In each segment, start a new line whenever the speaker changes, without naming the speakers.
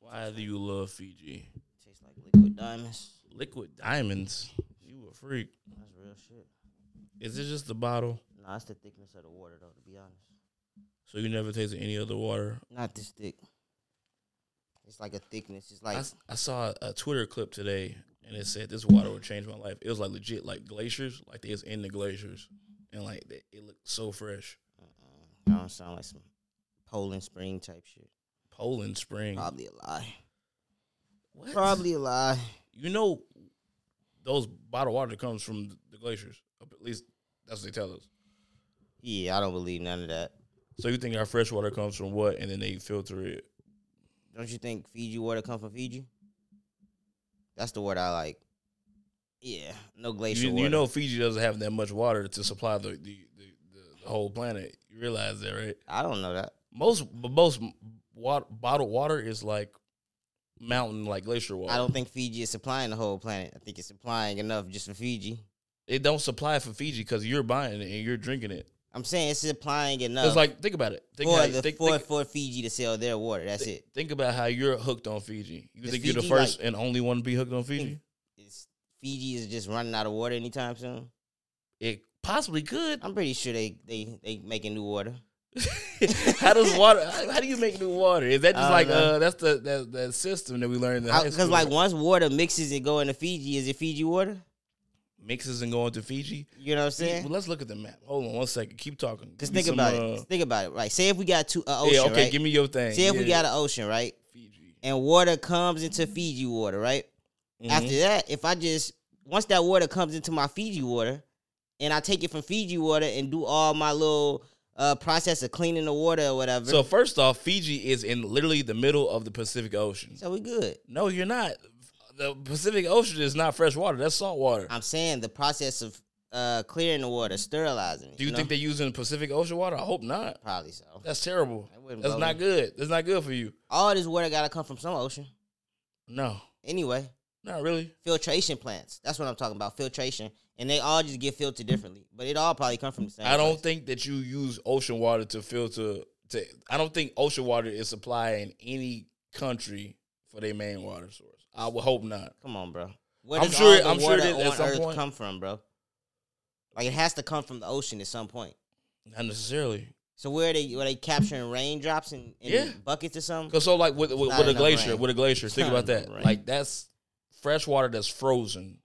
Why do you love Fiji?
Tastes like liquid diamonds.
Liquid diamonds. You a freak.
That's real shit.
Is it just the bottle?
Nah, it's the thickness of the water though. To be honest,
So you never tasted any other water?
not this thick. It's like a thickness. It's
I,
like
s- I saw a Twitter clip today and it said this water would change my life. It was like legit, like glaciers, like they was in the glaciers, and like it, it looked so fresh.
uh-uh, you know, what I'm sound like some Poland Spring type shit.
Poland spring.
Probably a lie.
What?
Probably a lie.
You know, those bottled water comes from the glaciers. At least that's what they tell us.
Yeah, I don't believe none of that.
So you think our fresh water comes from what, and then they filter it?
Don't you think Fiji water come from Fiji? That's the word I like. Yeah, no glacial
You,
water.
you know, Fiji doesn't have that much water to supply the the, the, the, the whole planet. You realize that, right?
I don't know that.
Most but most water, bottled water is like mountain, like glacier water.
I don't think Fiji is supplying the whole planet. I think it's supplying enough just for Fiji.
it don't supply it for Fiji because you're buying it and you're drinking it.
I'm saying it's supplying enough
It's like think about it. Think,
for,
how-
the,
think,
for,
think-
for Fiji to sell their water. That's it.
think about how you're hooked on Fiji. You
Is
think you're the
Fiji Hmm.
first and only one to be hooked on Fiji?
Think- It's, Fiji is just running out of water anytime soon.
It possibly could.
I'm pretty sure they they they making new water.
how does water? How, how do you make new water? Is that
I
just
don't
like
know.
uh, that's the that, that system that we learned in high school?
Because like once water mixes and go into Fiji, is it Fiji water?
mixes and going to Fiji.
You know what I'm
Yeah,
saying?
well, let's look at the map. Hold on one second. Keep talking.
Because
Give me
think
some,
about
uh,
it. Just think about it. Right. Say if we got two uh, ocean.
yeah, okay.
Right?
Give me your thing.
Say if we
Yeah.
got an ocean, right?
Fiji.
And water comes into Fiji water, right?
Mhm.
After that, if I just once that water comes into my Fiji water, and I take it from Fiji water and do all my little uh, process of cleaning the water or whatever,
so
so,
first off, Fiji is in literally the middle of the Pacific Ocean.
we good.
No, you're not. The Pacific Ocean is not fresh water. That's salt water.
I'm saying the process of uh, clearing the water, sterilizing. It,
Do you
know?
think they're using Pacific Ocean water? I hope not.
probably so?
That's terrible.
That wouldn't
That's
bother
not
me.
good. That's not good for you.
All this water gotta come from some ocean
No,
anyway.
not really.
filtration plants. That's what I'm talking about. Filtration, and they all just get filtered differently, but it all probably come from the same.
I don't
place.
think that you use ocean water to filter. To I don't think ocean water is supplying any country for their main water source. I would hope not.
Come on, bro. Where
I'm
does
sure-
all the
I'm sure
water
that at
on
some
Earth
point-
come from, bro? Like it has to come from the ocean at some point.
Not necessarily.
So where are they were they capturing raindrops in, in
Yeah.
buckets or something?
Cause so like with with,
Not
with a
enough
glacier,
rain.
with a glacier, think
Not
about
enough
that.
rain.
Like that's fresh water that's frozen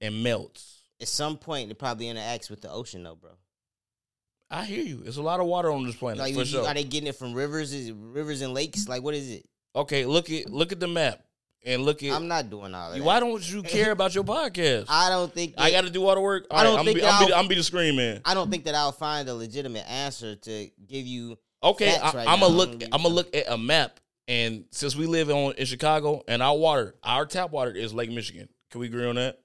and melts.
At some point, it probably interacts with the ocean, though, bro.
I hear you. It's a lot of water on this planet
Like,
for
you-
sure.
are they getting it from rivers? Is it rivers and lakes? Like, what is it?
okay, look at look at the map and look at.
I'm not doing all of that.
why don't you care about your podcast? I,
I don't think that,
got to do all the work.
I
I
don't
don't I'm
think
be, I'm, be,
I'll-
I'm be the screen man.
I don't think that I'll find a legitimate answer to give you.
Okay,
Facts
I,
right
I'm gonna
now.
look.
I'm gonna
I'm gonna look at a map, and since we live on in Chicago, and our water, our tap water is Lake Michigan. Can we agree on that?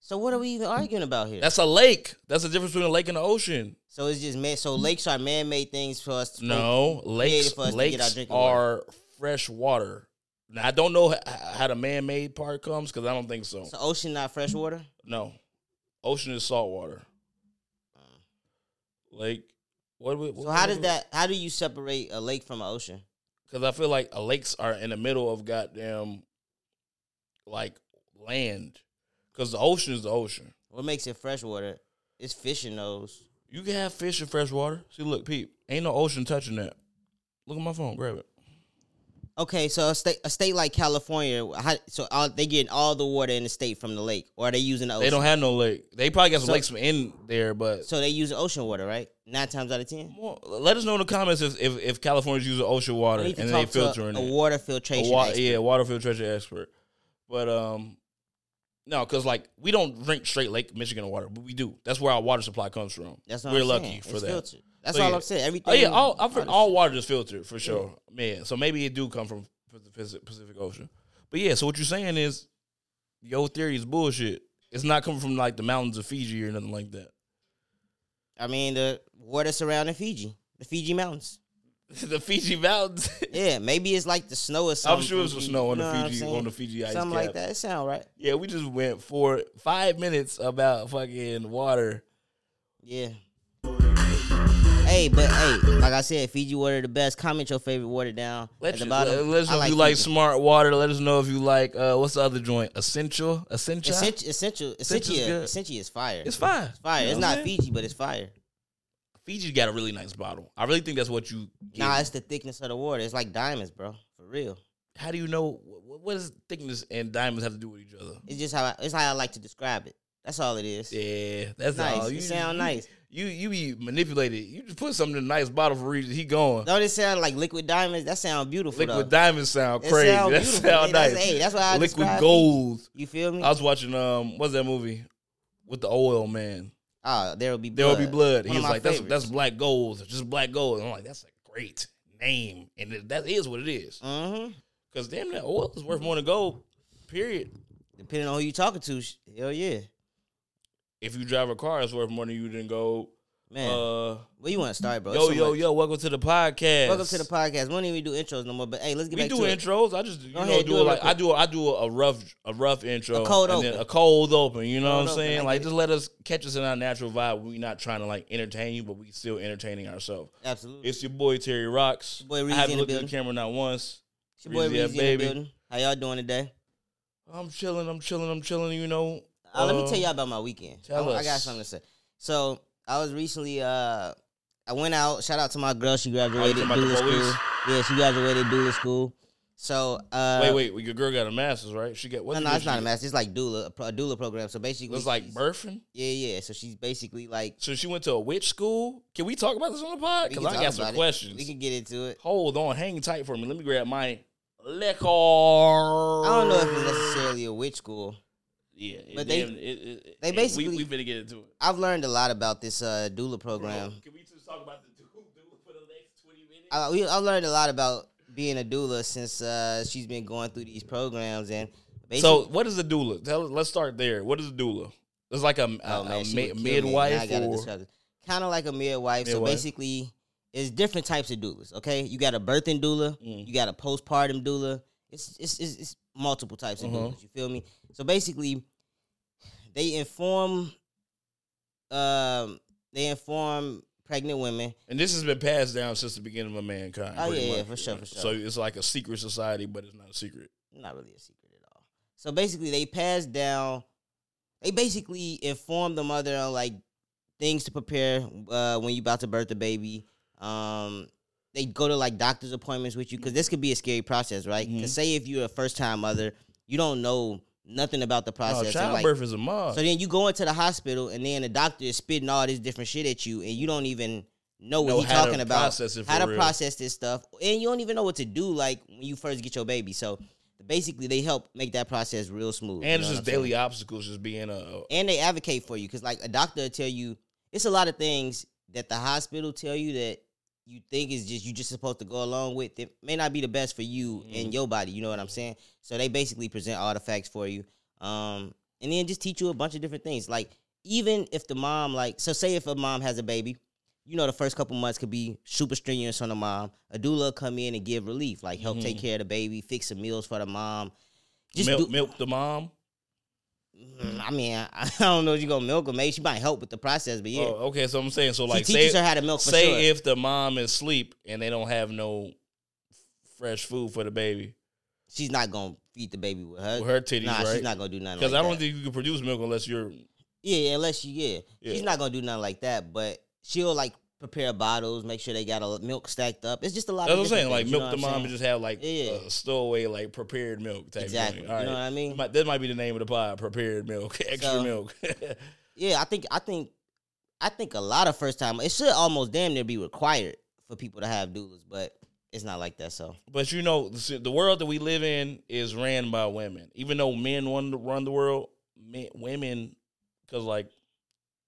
So what are we even arguing about here?
That's a lake. That's the difference between a lake and an ocean.
So it's just man. So lakes are man-made things for us. To
No, lakes.
for us to get our
Lakes
drinking
are fresh water. Now I don't know h- h- how the man-made part comes because I don't think so.
So ocean not fresh water.
No, ocean is salt water. Lake. What? we-
Uh. So how does that? How do you separate a lake from an ocean?
Because I feel like uh, lakes are in the middle of goddamn, like land. Because the ocean is the ocean.
What makes it fresh water? It's fish in those.
You can have fish in fresh water. See, look, peep, ain't no ocean touching that. Look at my phone. Grab it.
Okay, so a state a state like California, how, so all, they getting all the water in the state from the lake, or are they using the ocean?
They don't have no lake. They probably got some
So-
lakes in there, but
so they use ocean water, right? Nine times out of ten.
Well, let us know in the comments if if, if California's using ocean water
We
and
need to
they
talk to a,
filtering
a
it.
water
A
filtration.
wa-
expert.
yeah, water filtration expert. But um, no, because like we don't drink straight Lake Michigan water, but we do. That's where our water supply comes from.
That's what
we're
I'm
lucky
saying.
for
It's
that.
filtered. That's
So,
all
yeah.
I'm saying. Everything.
Oh yeah, all I've heard
this
all
shit.
water is filtered for sure. Man, so maybe it do come from the Pacific Pacific Ocean. But yeah, so what you're saying is your theory is bullshit. It's not coming from like the mountains of Fiji or nothing like that.
I mean, the water surrounding Fiji, the Fiji mountains.
the Fiji mountains.
Yeah, maybe it's like the snow or
I'm
something.
sure it's some
from Fiji.
snow on
You know
the
what I'm
Fiji
saying?
on the Fiji ice
Something
cap.
like that. It sound right.
Yeah, we just went for five minutes about fucking water.
Yeah. Hey, Hey, but hey, like I said, Fiji water the best. Comment your favorite water down
Let,
at
you,
the bottom.
let, let us
I
know if you like
Fiji.
smart water. Let us know if you like uh, what's the other joint? Essential, essential.
Essential, essential, essential,
good.
essential is fire.
It's fine. You
fire.
know
It's
what I'm
not
saying?
Fiji, but it's fire.
Fiji got a really nice bottle. I really think that's what you. Get.
Nah, it's the thickness of the water. It's like diamonds, bro. For real.
How do you know what, what does thickness and diamonds have to do with each other?
It's just how I, it's how I like to describe it. That's all it is.
Yeah, that's
Nice.
all.
It sound nice.
You you be manipulated. You just put something in a nice bottle for reason. He going.
Don't it sound like liquid diamonds? That sound beautiful.
Liquid
though.
diamonds sound
It
crazy.
sound
that
beautiful.
sound
Hey,
nice.
that's- hey, that's why I
Liquid
describe
gold.
You feel me?
I was watching um, what's that movie with the oil man?
oh, there will be blood.
There will be blood.
One
He's
of my
like, that's that's
favorites.
black gold, just black gold. And I'm like, that's a great name, and it, that is what it is.
Mhm.
Because damn, that oil is worth more than gold. Period.
Depending on who you talking to, sh- hell yeah,
If you drive a car, it's worth more than you than gold.
man.
Uh,
Where you want to start, bro? It's
yo,
so
yo,
much.
yo! Welcome to the podcast.
Welcome to the podcast. We don't even do intros no more. But hey, let's get
We
back
do
to it.
intros. I just you know
Go ahead,
do
do it
it
real
like I
quick.
do a, I do a rough a rough intro,
A cold
and then
open.
a cold open. You know
Cold
what I'm
open,
saying?
I
Like
get
just let us catch us in our natural vibe. We not trying to like entertain you, but we still entertaining ourselves.
Absolutely.
It's your boy Terry Rocks.
boy Reezy
I haven't
in the
looked at the
building.
camera not once.
It's your boy
Reezy, yeah,
Reezy in the
baby.
building. How y'all doing today?
I'm chilling. I'm chilling. I'm chilling. You know.
Uh, let me
Uh,
tell y'all about my weekend.
tell
I, I got
us.
something to say. So I was recently, uh, I went out. Shout out to my girl. She
talking
graduated
about the
dual
police?
school. Yeah, she graduated dual school. So uh,
Wait, wait. Well, your girl got a master's, right? She got what?
No,
did
no, it's
she
not a
get?
master. It's like doula, a pro- a doula program. So
It
basically,
was like
she's-
birthing.
yeah, yeah. So she's basically like
So she went to a witch school. Can we talk about this on the pod?
we
Because
can
I
talk
got some
about it.
questions.
We can get into it.
Hold on, hang tight for me. Let me grab my liquor. I
I don't know if it's necessarily a witch school.
Yeah, it-
but they-
damn, it- it- it-
they
it-
basically-
we, we finna get into it.
I've learned a lot about this uh, doula program.
Can we just talk about the dude, for the next twenty minutes?
I, we, I've learned a lot about being a doula since uh, she's been going through these programs and basically,
so, what is a doula? Tell, let's start there. What is a doula? It's like a, a,
oh, man,
a
she
mi-
would kill me. Now I
Uh, midwife
gotta
or
describe it. kind of like a midwife. So
Midwife.
basically, it's different types of doulas. Okay, you got a birthing doula,
Mm.
you got a postpartum doula. It's it's it's, it's multiple types of
Uh-huh.
doulas. You feel me? So basically, they inform, um, they inform pregnant women.
and this has been passed down since the beginning of mankind.
Oh,
pretty
yeah, yeah,
much.
for sure, for sure.
So it's like a secret society, but it's not a secret.
Not really a secret at all. So basically, they pass down. They basically inform the mother on like things to prepare uh, when you about to birth the baby. Um, they go to like doctor's appointments with you because this could be a scary process, right? 'Cause
Mhm.
say if you're a first time mother, you don't know nothing about the
No,
process. and, like,
Oh, childbirth is a mob.
so then you go into the hospital, and then the doctor is spitting all this different shit at you, and you don't even know what
Know
he's
how to
talking about,
process it
how
for
to
real.
process this stuff, and you don't even know what to do like when you first get your baby. So basically, they help make that process real smooth. you
and it's
know what
just
I'm saying?
daily obstacles, just being a
and they advocate for you because like a doctor will tell you it's a lot of things that the hospital tell you that you think is just you just supposed to go along with it may not be the best for you and your body you know what i'm saying so they basically present all the facts for you um and then just teach you a bunch of different things like even if the mom like so say if a mom has a baby you know the first couple months could be super strenuous on the mom a doula will come in and give relief like help take care of the baby fix some meals for the mom just
milk,
do,
milk the mom.
Mm, I mean, I, I don't know if you're gonna milk her, maybe she might help with the process, but yeah,
Oh, okay, so I'm saying, so like
she teaches
say-
her how to milk for
say
sure.
if the mom is asleep and they don't have no fresh food for the baby
she's not gonna feed the baby with her,
with her titties,
Uh, nah, she's
right?
not gonna do nothing.
Because
Because like
I don't
that.
think you can produce milk unless you're
yeah, yeah, unless she, yeah.
Yeah.
she's not gonna do nothing like that. But she'll like prepare bottles, make sure they got a milk stacked up. It's just a lot.
that's what
of
I'm saying,
different
like
things, you know
milk the
what I'm
mom and
saying?
just have like
Yeah.
a stowaway like prepared milk type.
Exactly,
Thing.
you know what I mean?
Might- that might be the name of the pod: prepared milk, extra
So-
milk.
yeah, I think I think I think a lot of first time it should almost damn near be required for people to have doulas, but it's not like that. So
but you know, the si- the world that we live in is ran by women. Even though men run the, run the world, men, women, because like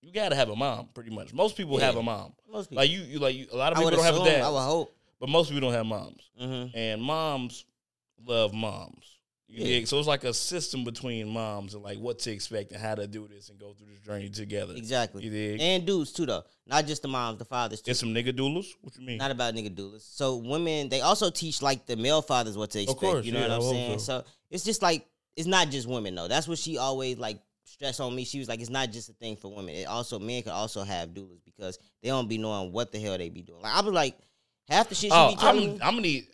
you got to have a mom. Pretty much, most people
Yeah.
have a mom.
most people,
Like you, you like you, a lot of
I
people
would
don't have a
assume,
dad.
I would hope.
But most people don't have moms,
hmm
and moms love moms. You
Yeah.
dig? So it's like a system between moms and like what to expect and how to do this and go through this journey together.
Mm-hmm. Exactly.
You dig?
And dudes too, though. Not just the moms, the fathers too.
There's some nigga doulas. What you mean?
Not about nigga doulas. So women, they also teach like the male fathers what to expect.
course,
you know
yeah,
what
I
I'm
hope
saying?
so.
So. it's just like it's not just women though. That's what she always like stress on me. She was like, it's not just a thing for women. It also men can also have doulas because they don't be knowing what the hell they be doing. Like I was like, half the shit she
Oh,
be
I'm,
telling me.
I'm gonna need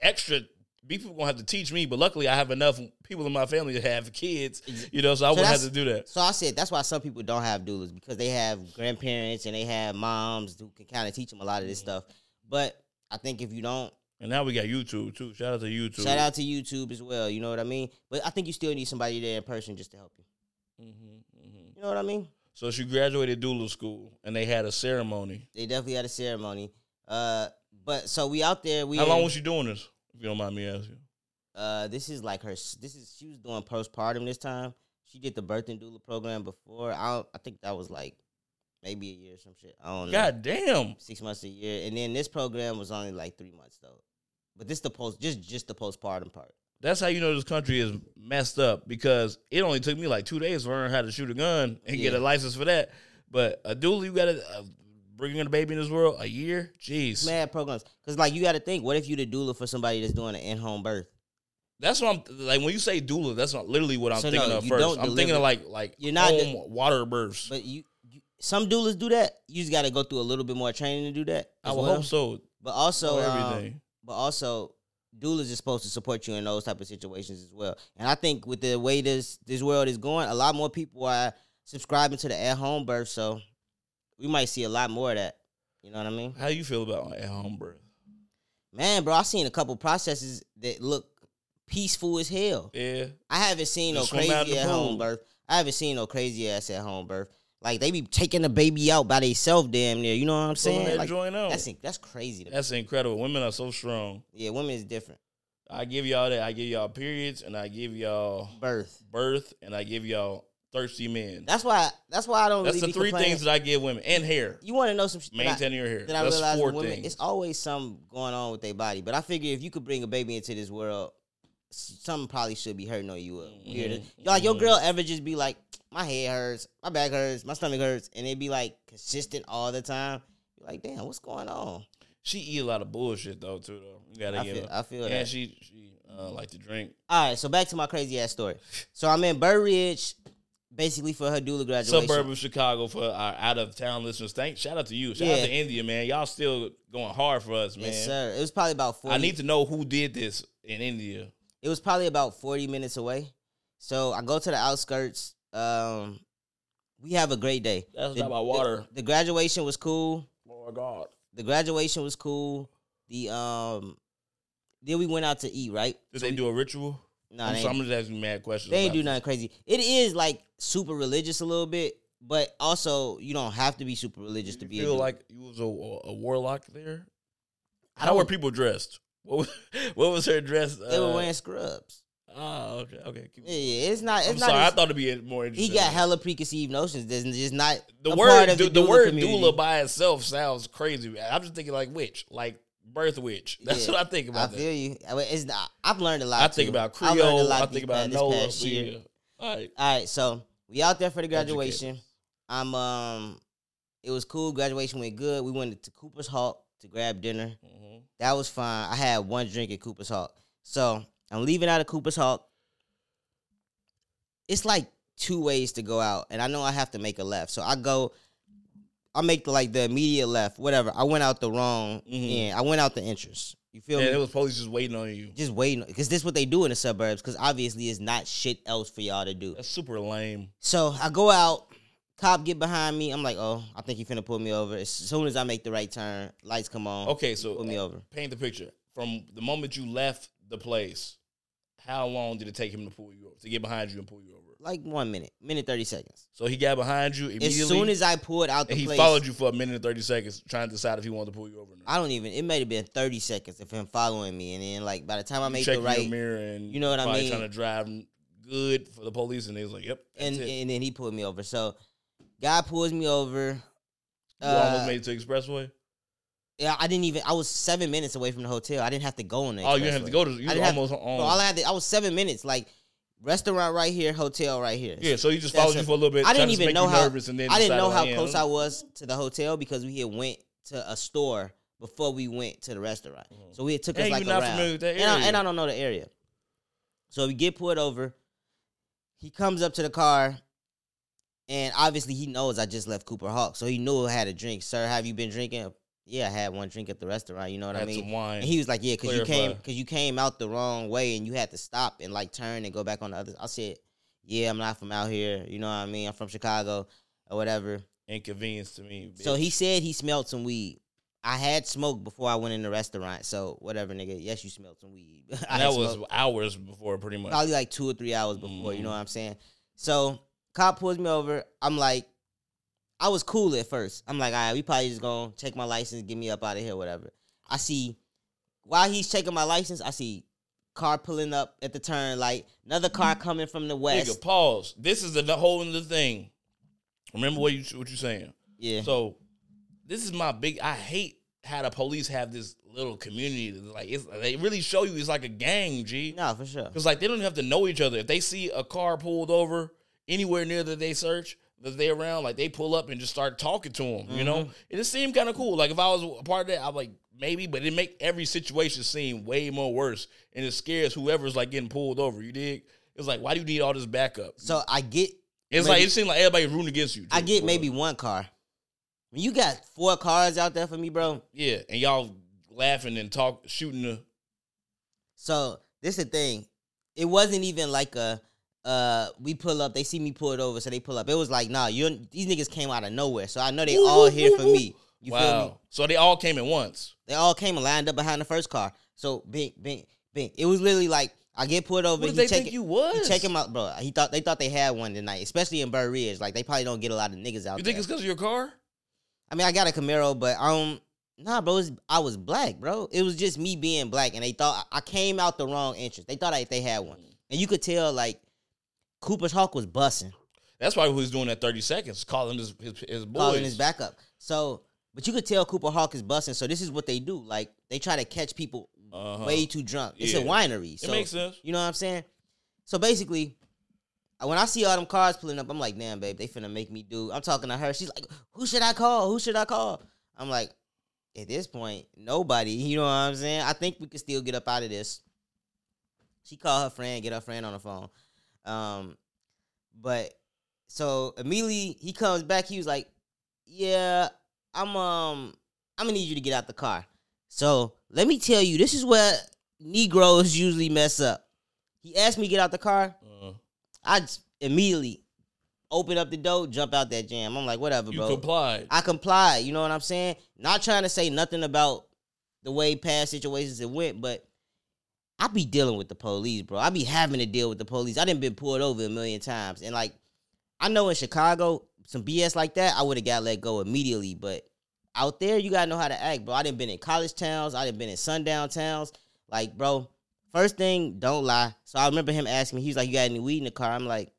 extra people gonna have to teach me, but luckily I have enough people in my family that have kids, you know, so I wouldn't have
that's-
to do that.
So I said that's why some people don't have doulas because they have grandparents and they have moms who can kind of teach them a lot of this stuff. But I think if you don't,
And now we got YouTube too. Shout out to YouTube.
shout out to YouTube as well. You know what I mean? But I think you still need somebody there in person just to help you. You know what I mean?
Mm-hmm, So she graduated doula school, and they had a ceremony.
They definitely had a ceremony. Uh, but so we out there. We
How long
in-
was she doing this? If you don't mind me asking.
uh, this is like her. s- This is she was doing postpartum this time. She did the birth and doula program before. I don't, I think that was like maybe a year or some shit. I don't know.
God damn.
six months a year, and then this program was only like three months though. But this the post, just just the postpartum part.
That's how you know this country is messed up because it only took me like two days to learn how to shoot a gun and get
Yeah.
a license for that. But a doula, you got to uh, bringing a baby in this world a year. Jeez,
Mad programs, cause like you got to think, what if you the doula for somebody that's doing an in home birth?
that's what I'm like when you say doula. That's not literally what I'm
So,
thinking
no,
of
you
1st
don't
I'm thinking
deliver-
of like like
You're not
home water births.
But you, you some doulas do that. You just got to go through a little bit more training to do that.
I
as
would
oh, well. um,
hope so.
But also,
Oh,
everything.
everything.
but also doulas is supposed to support you in those type of situations as well. And I think with the way this this world is going, a lot more people are subscribing to the at home birth, so we might see a lot more of that. You know what I mean?
How you feel about at home birth?
Man, bro, I seen a couple processes that look peaceful as hell.
Yeah,
I haven't seen no
Just swim out in
crazy
the
at home
pool.
birth. I haven't seen no crazy ass at home birth. Like they be taking the baby out by themselves, damn near. You know what I'm
pulling
saying?
that
Like,
joint out.
that's that's crazy. To me.
That's incredible. Women are so strong.
Yeah, women is different.
I give y'all that. I give y'all periods, and I give y'all
Birth.
birth, and I give y'all thirsty men.
That's why. That's why I don't.
That's
really
the
be
three
complaining.
things that I give women, and hair,
you want to know some shit that I-
maintaining your hair.
that I
That's
realize
four
with women,
things.
it's always something going on with their body. But I figure if you could bring a baby into this world, s- something probably should be hurting on you. Up. Weird.
Mm-hmm.
Like your girl ever just be like, my head hurts, my back hurts, my stomach hurts, and it be like consistent all the time. You're like, damn, what's going on?
She eat a lot of bullshit though, too. Though you gotta
I
give
feel,
up.
I feel
and
that.
she she uh, like to drink.
all right, so back to my crazy ass story. So I'm in Burr Ridge, basically for her doula graduation.
Suburb of Chicago for our out of town listeners. Thank shout out to you. Shout out
Yeah.
to India, man. Y'all still going hard for us, man.
Yes, sir. It was probably about forty.
I need to know who did this in India.
it was probably about 40 minutes away. So I go to the outskirts. Um, we have a great day.
That's
The-
not my water.
The, the graduation was cool.
Oh my god.
The graduation was cool. The um, then we went out to eat. Right?
Did they do a ritual?
No,
I'm,
they
so, I'm
ain't,
just asking mad questions.
they ain't
about
do
this.
nothing crazy. It is like super religious a little bit, but also you don't have to be super religious to
Did
be.
you
a
feel
dude.
like you was a, a warlock there.
I
How were
don't-
people dressed? What was, what was her dress?
they were
uh,
wearing scrubs.
Oh, okay, okay. keep-
Yeah, yeah, it's not. It's
I'm
not.
sorry. I
as-
thought it'd be more
he
interesting.
got hella preconceived notions. That's just not
the
a
word
part of
du- the,
doula
word
community.
doula by itself sounds crazy. I'm just thinking like witch, like birth witch. That's
Yeah,
what I think
I
about. that. I,
feel you. I mean, It's not, I've learned a lot.
think
too.
about
I learned a
Creole. I,
lot
think
these-
about
this
Noah.
past year.
Yeah. All right.
All right, so we out there for the
Educate
graduation. I'm um, it was cool. Graduation went good. We went to Cooper's Hawk to grab dinner.
Mhm.
That was fine. I had one drink at Cooper's Hawk, so I'm leaving out of Cooper's Hawk. It's like two ways to go out, and I know I have to make a left, so I go. I make the, like the immediate left, whatever. I went out the wrong
Mhm.
end. I went out the entrance. You feel me?
And it was police just waiting on you.
just waiting because this what they do in the suburbs because obviously it's not shit else for y'all to do
That's super lame.
so i go out cop get behind me i'm like oh i think he finna pull me over as soon as i make the right turn lights come on
Okay, so
pull me over
paint the picture from the moment you left the place. How long did it take him to pull you over to get behind you and pull you over?
like one minute minute 30 seconds
So he got behind you
as
immediately.
soon as i pulled out the
and he
place
followed you for a minute and thirty seconds, trying to decide if he wanted to pull you over. Or not.
i don't even it may have been 30 seconds of him following me and then like by the time i make the
checking
right
your mirror and
You know what I
probably
mean?
Trying to drive good for the police, and they was like, "Yep." That's
and,
it.
and then he pulled me over so guy pulls me over
you
Uh,
almost made it to expressway.
yeah, I didn't even. I was seven minutes away from the hotel. I didn't have to go on the.
Oh, you didn't have
expressway.
to go to. You
I
was
didn't have-
almost on.
Bro, all I had to, I was seven minutes. Like restaurant right here, hotel right here.
yeah, so he just
That's
followed you
it.
for a little bit.
I
tried
didn't
to
even
make
know
you
how
nervous, and then
I didn't
decided,
know how
like, yeah,
close I
I'm-
was to the hotel because we had went to a store before we went to the restaurant.
Mm-hmm.
So we had took us
And
like
you're not
around.
familiar with that
And, I,
area.
and I don't know the area. So we get pulled over. He comes up to the car. And obviously, he knows I just left Cooper Hawk, so he knew I had a drink. Sir, have you been drinking? Yeah, I had one drink at the restaurant. You know what I
Had
mean?
some wine.
And he was like, "Yeah, because you
Clarify.
came because you came out the wrong way, and you had to stop and like turn and go back on the other." I said, "Yeah, I'm not from out here. You know what I mean? I'm from Chicago or whatever."
Inconvenience to me.
So
bitch.
he said he smelled some weed. I had smoked before I went in the restaurant, so whatever, nigga. Yes, you smelled some weed. I
And
had
that was
smoked
hours before, pretty much.
probably like two or three hours before. You know
Mhm.
what I'm saying? So cop pulls me over. I'm like, I was cool at first. I'm like, all right, we probably just gonna check my license, get me up out of here, whatever. I see while he's checking my license, I see car pulling up at the turn, like another car coming from the west.
Mm-hmm. Nigga, pause. This is the whole other thing. Remember what you what you saying.
yeah.
So this is my big. I hate how the police have this little community. that's Like it's, they really show you it's like a gang. G.
no, for sure.
Because like they don't even have to know each other. If they see a car pulled over anywhere near that they search that they around, like they pull up and just start talking to them. You
Mm-hmm.
know, it just seemed kind of cool. Like if I was a part of that, I'm like maybe, but it make every situation seem way more worse, and it scares whoever's like getting pulled over. You dig? It's like why do you need all this backup?
So I get
It's
maybe-
like it seemed like everybody's rooting against you.
I
too,
get
for
maybe
real.
one car. When you got four cars out there for me, bro.
yeah, and y'all laughing and talk shooting the
So this the thing. It wasn't even like a uh we pull up, they see me pulled over, so they pull up. It was like, nah, you these niggas came out of nowhere. So I know they all here for me. You feel me?
wow. So they all came at once.
They all came and lined up behind the first car. So bing, bing, bing. It was literally like I get pulled over.
What did
he
they
check
think
it-
you was?
He check him out, bro. He thought they thought they had one tonight, especially in Burr Ridge. Like they probably don't get a lot of niggas out
You
there.
think it's because of your car?
I mean, I got a Camaro, but um, nah, bro, it was- I was black, bro. It was just me being black, and they thought I I came out the wrong entrance. They thought I, they had one, and you could tell like Cooper's Hawk was bussing,
That's probably who he's doing that 30 seconds, calling his his, his boys.
calling his backup. So, but you could tell Cooper Hawk is bussing. So this is what they do: like they try to catch people
Uh-huh.
way too drunk. It's a
Yeah.
winery,
It
so
makes sense.
you know what I'm saying. So basically. uh, When I see all them cars pulling up, I'm like, damn, babe, they finna make me do. I'm talking to her. She's like, who should I call? Who should I call? I'm like, at this point, nobody. You know what I'm saying? I think we could still get up out of this. She called her friend, get her friend on the phone. Um, but so immediately he comes back. He was like, "Yeah, I'm um, I'm gonna need you to get out the car." So let me tell you, this is where Negroes usually mess up. He asked me to get out the car.
Uh,
I just immediately open up the door, jump out that jam. I'm like, whatever,
you
bro.
complied.
I comply. You know what I'm saying? Not trying to say nothing about the way past situations it went, but I be dealing with the police, bro. I be having to deal with the police. I didn't been pulled over a million times, and like I know in Chicago, some BS like that, I would have got let go immediately. But out there, you gotta know how to act, bro. I didn't been in college towns. I didn't been in sundown towns. Like, bro, first thing, don't lie. So I remember him asking me. He was like, "You got any weed in the car?" I'm like,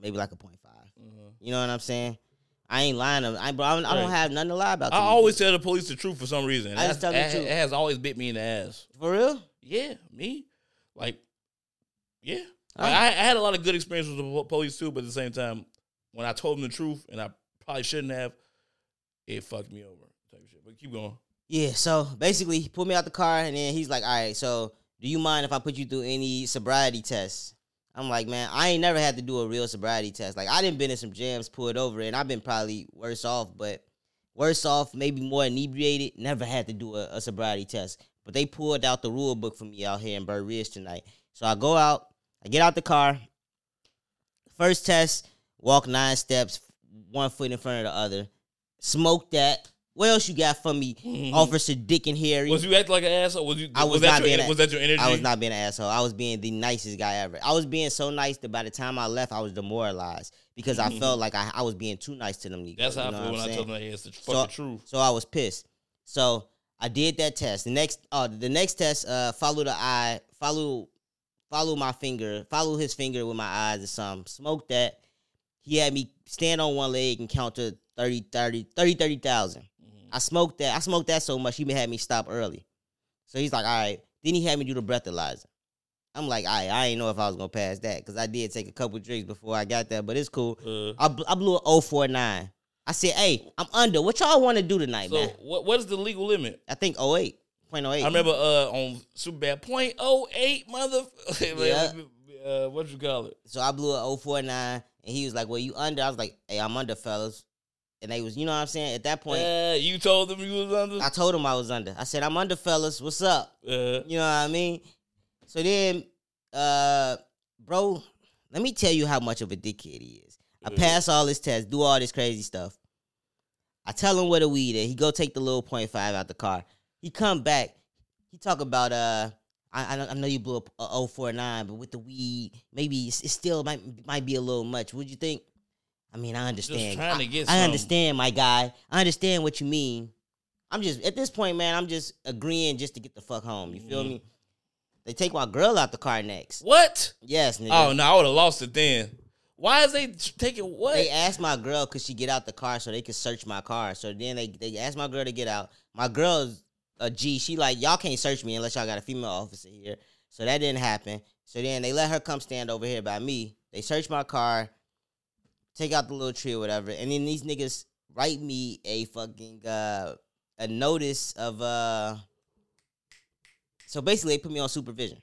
maybe like a point five.
Uh-huh.
You know what I'm saying? I ain't lying. to- I, bro, I don't I don't
Right.
have nothing to lie about.
I
to you.
always tell the police the truth for some reason.
I
That's-
just tell the
that-
truth.
It has always bit me in the ass.
for real.
Yeah, me. Like, yeah.
All
Like, I, I had a lot of good experiences with the po- police too, but at the same time, when I told them the truth, and I probably shouldn't have, it fucked me over. Type of shit. But keep going.
Yeah. So basically, he pulled me out the car, and then he's like, "All right, so do you mind if I put you through any sobriety tests?" I'm like, "Man, I ain't never had to do a real sobriety test. Like, I didn't been in some jams pulled over, and I've been probably worse off, but worse off, maybe more inebriated. Never had to do a, a sobriety test, but they pulled out the rule book for me out here in Burr Ridge tonight. So I go out, I get out the car. First test, walk nine steps, one foot in front of the other. Smoke that. What else you got for me,
Mm-hmm.
Officer Dick and Harry?
Was you acting like an asshole? Was you?
I was
that
not
your,
being
en-
a-
Was that your energy?
I was not being an asshole. I was being the nicest guy ever. I was being so nice that by the time I left, I was demoralized because I felt like I, I was being too nice to them. Niggas,
Mm-hmm. That's how
you know
I feel
what I'm
when I
saying?
tell them that it's the
So-
fucking truth.
So I was pissed. So I did that test. The next uh the next test uh follow the eye, follow follow my finger, follow his finger with my eyes or something. Smoke that. He had me stand on one leg and count to 30 30 30 30,000. I smoked that. I smoked that so much he had me stop early. So he's like, "All right." Then he had me do the breathalyzer. I'm like, "All right, I ain't know if I was going to pass that cuz I did take a couple drinks before I got that, but it's cool."
Uh,
I, bl- I blew a 049. I said, hey, I'm under. What y'all want to do tonight,
so
man?
what? What is the legal limit?
I think 08. 0.08.
I remember uh, on Superbad point oh eight mother.
Yeah.
uh, what you call it?
So I blew a 049, and he was like, "Well, you under?" I was like, "Hey, I'm under, fellas." And they was, you know what I'm saying? At that point,
Uh, you told them you was under.
I told him I was under. I said, "I'm under, fellas. What's up?"
Uh,
You know what I mean? So then, uh, bro, let me tell you how much of a dickhead he is. I
Mm.
pass all his tests, do all this crazy stuff. I tell him where the weed is. He go take the little point five out the car. He come back. He talk about uh, I I, don't- I know you blew up uh, a 049, but with the weed, maybe it's, it still might might be a little much. Would you think? I mean, I understand.
trying
I-
to get
I
some.
understand, my guy. I understand what you mean. I'm just at this point, man. I'm just agreeing just to get the fuck home. You feel
Mhm.
me? They take my girl out the car next.
what?
Yes, nigga.
Oh no, I would have lost it then. Why is they taking what?
They asked my girl could she get out the car so they could search my car. So then they they asked my girl to get out. My girl's a G. She like y'all can't search me unless y'all got a female officer here. So that didn't happen. So then they let her come stand over here by me. They search my car, take out the little tree or whatever, and then these niggas write me a fucking uh, a notice of uh. So basically, they put me on supervision.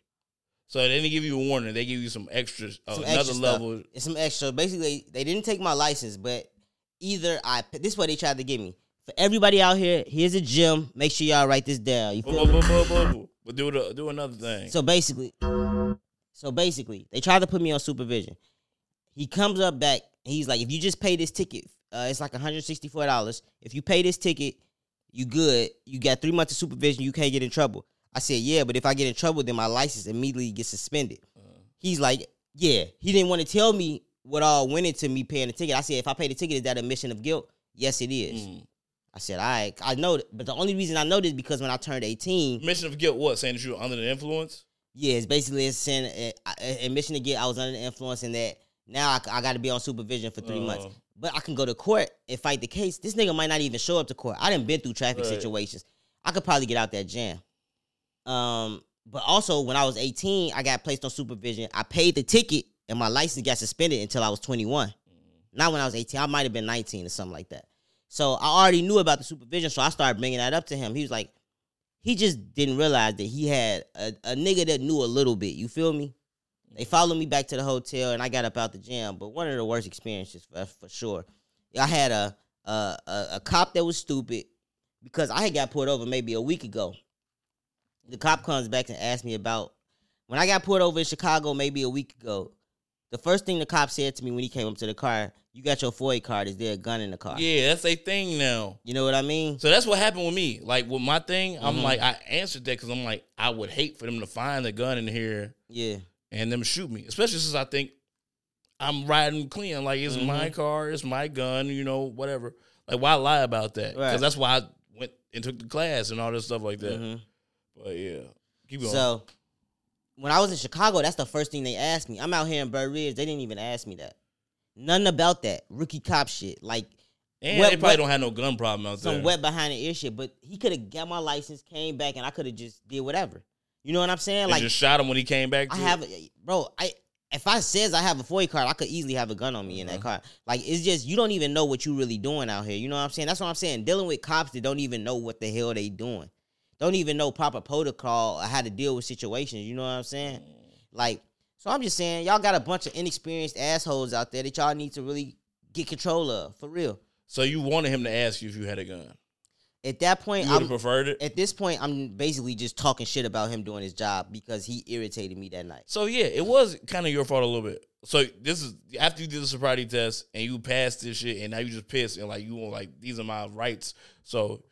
so they didn't give you a warning. They give you some extra, uh,
Some
another
extra stuff.
level.
It's some extra. Basically, they didn't take my license, but either I this is what they tried to get me. For everybody out here, here's a gym. Make sure y'all write this down. You
Boom,
feel
boom,
me?
boom, boom, boom, boom. But do the, do another thing.
So basically, so basically, they tried to put me on supervision. He comes up back. He's like, if you just pay this ticket, uh, it's like $164. If you pay this ticket, you good. You got three months of supervision. You can't get in trouble. I said, yeah, but if I get in trouble, then my license immediately gets suspended. He's like, yeah. He didn't want to tell me what all went into me paying the ticket. I said, if I pay the ticket, is that admission of guilt? Yes, it is.
Mm.
I said, all right, I know. That. But the only reason I know this is because when I turned 18,
Mission of guilt. What saying that you were under the influence?
yeah, it's basically it's saying uh, uh, admission to get I was under the influence and that now I, got to be on supervision for three months.
Oh.
But I can go to court and fight the case. This nigga might not even show up to court. I done been through traffic
Right.
situations. I could probably get out that jam. Um, but also when I was 18, I got placed on supervision. I paid the ticket and my license got suspended until I was 21. Not when I was 18. I might have been 19 or something like that. So I already knew about the supervision, so I started bringing that up to him. He was like, he just didn't realize that he had a, a nigga that knew a little bit. You feel me? They followed me back to the hotel, and I got up out the gym. But one of the worst experiences for, for sure. I had a, a a a cop that was stupid because I had got pulled over maybe a week ago. The cop comes back and asks me about when I got pulled over in Chicago maybe a week ago. The first thing the cop said to me when he came up to the car, "You got your FOIA card? Is there a gun in the car?"
Yeah, that's a thing now.
You know what I mean?
So that's what happened with me. Like with my thing, I'm
Mhm.
like I answered that because I'm like I would hate for them to find a gun in here
Yeah.
and them shoot me, especially since I think I'm riding clean. Like it's
Mhm.
my car, it's my gun, you know, whatever. Like why lie about that? Because
Right.
that's why I went and took the class and all this stuff like that.
Mhm.
But yeah, keep going.
So when I was in Chicago, that's the first thing they asked me. I'm out here in Burr Ridge. They didn't even ask me that. Nothing about that rookie cop shit. Like
and
what-
they probably
what-
don't have no gun problem out
some
there.
wet behind the ear shit. But he could have got my license, came back, and I could have just did whatever. You know what I'm saying?
they
Like
just shot him when he came back.
I
to it.
have, a, bro. I if I says I have a FOIA card, I could easily have a gun on me in that car. Like it's just you don't even know what you really doing out here. You know what I'm saying? That's what I'm saying. Dealing with cops that don't even know what the hell they doing, don't even know proper protocol or how to deal with situations. You know what I'm saying? Like so, I'm just saying y'all got a bunch of inexperienced assholes out there that y'all need to really get control of for real.
So you wanted him to ask you if you had a gun.
At that
You
point,
would have
I'm,
preferred it.
at this point, I'm basically just talking shit about him doing his job because he irritated me that night.
So yeah, it was kind of your fault a little bit. So this is after you did the sobriety test and you passed this shit, and now you just pissed and like you want like these are my rights. So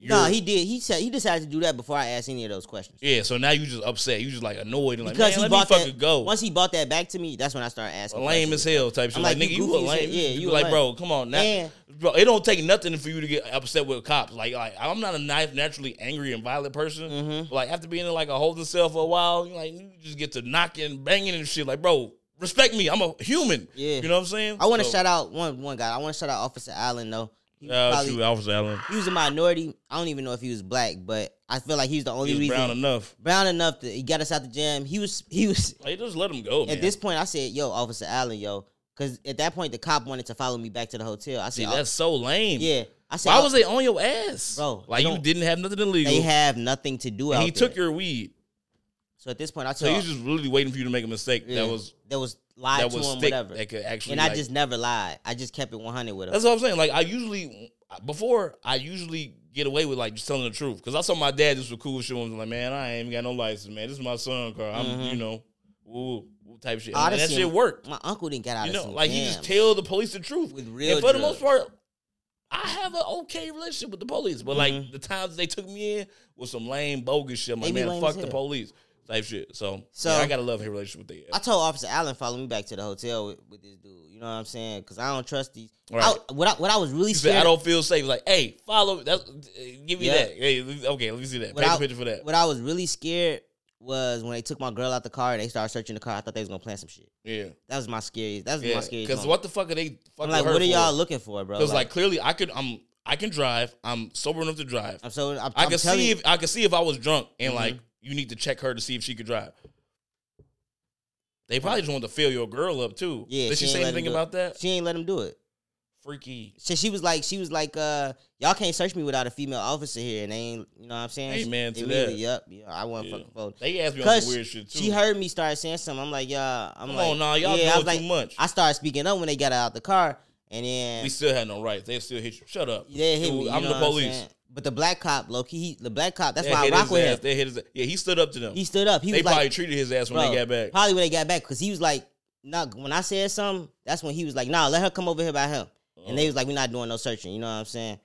No,
you're-
he did. He said he decided to do that before I asked any of those questions.
yeah. So now you just upset. You just like annoyed and like man,
because he
let me
bought
fucking
that.
go.
Once he bought that back to me, that's when I started
A
asking.
lame as
questions.
hell type shit.
I'm
Like,
like,
nigga, you
you
a
goofy as
lame.
hell. Yeah,
you
you a
like,
lame.
bro, come on now.
And-
Bro, it don't take nothing for you to get upset with cops. Like, like I'm not a nat- naturally angry and violent person.
Mhm.
But like after being in like a holding cell for a while, you like you just get to knocking, banging and shit. Like, bro, respect me. I'm a human.
Yeah.
you know what I'm saying.
I want to
So-
shout out one one guy. I want to shout out Officer Allen though. He, was
Oh,
probably-
shoot, Officer Allen.
he was a minority. I don't even know if he was black, but I feel like he's the only
He was
reason
brown enough.
brown enough that he got us out the jam. He was he was
Like, just let him go, man.
At this point, I said, "Yo, Officer Allen, yo," because at that point the cop wanted to follow me back to the hotel. I
See,
said, "Oh,
that's so lame.
"Yeah." I said,
Why
"Oh,
was they on your ass,
Bro,
Like
they
you
don't-
didn't have nothing illegal.
they have nothing to do
and
out
he
there."
took your weed.
So at this point, I
So
told
he's just really waiting for you to make a mistake.
yeah,
That was
that was lied
that
to
was
him,
thick.
whatever.
That could actually.
and I
like-
just never lied. I just kept it one hundred with him.
That's what I'm saying. Like I usually before I usually get away with like just telling the truth because I saw my dad just for cool shit. and was like, man, I ain't even got no license, man. This is my son car. I'm
Mhm.
you know, woo, woo type shit.
Oh, I
And
done
that
seen
shit
him
worked.
My uncle didn't get out
You
of
know,
some
like he
jams
just tell the police the truth.
with
And
real.
for the most
drugs.
part, I have an okay relationship with the police. But like
Mhm.
the times they took me in was some lame bogus shit. I'm
They
like,
be
man,
lame
fuck
as
the
hell.
police type shit. So,
So-
yeah, I got a love hate relationship with uh, them.
I told Officer Allen follow me back to the hotel with, with this dude. You know what I'm saying? Because I don't trust these.
Right.
I, what I what I was really
He said,
scared.
I don't feel safe. Like, hey, follow. That's, uh, give me
Yeah.
that. Hey, let- okay, let me see that. Paint a
Without-
picture for that.
what I was really scared was when they took my girl out the car and they started searching the car. I thought they was gonna plan some shit.
Yeah,
That was my scariest. That was
yeah.
my scariest.
Because
Because
what the fuck are they?
I'm
Fucking
like, what are y'all looking for, bro?
Because like, clearly, I could. I'm. I can drive. I'm sober enough to drive.
I'm so I'm,
I
I'm
could
telling
see
you,
if I could see if I was drunk and
Mhm.
like you need to check her to see if she could drive. They probably just want to fill your girl up too.
Yeah,
Did she,
she
say
ain't let
anything
him do it.
about that?
she ain't let him do it.
Freaky.
So she was like, she was like, uh, y'all can't search me without a female officer here, and they ain't, you know what I'm saying?
Amen to
Immediately,
that.
Yep, yeah, I want
Yeah.
fucking phone.
They asked me on some
Cause
weird shit too.
She heard me start saying something. I'm like, yeah, I'm
Come
like,
on, nah, y'all
yeah,
doing
I was like,
too much.
I started speaking up when they got out the car, and
we
then
still had no rights. They still hit you. Shut up.
they hit
Dude,
me. you
I'm
know
the
what
police.
saying? but the black cop, low key, he, the black cop. That's
They
why I
hit
rock
his
with
ass.
him.
They hit his. Yeah, he stood up to them.
He stood up. He
they
was
probably
like,
treated his ass when
bro,
they got back.
probably when they got back, because he was like, nah, when I said something, that's when he was like, nah, let her come over here by him. And
Uh-huh.
they was like, we're not doing no searching. You know what I'm saying?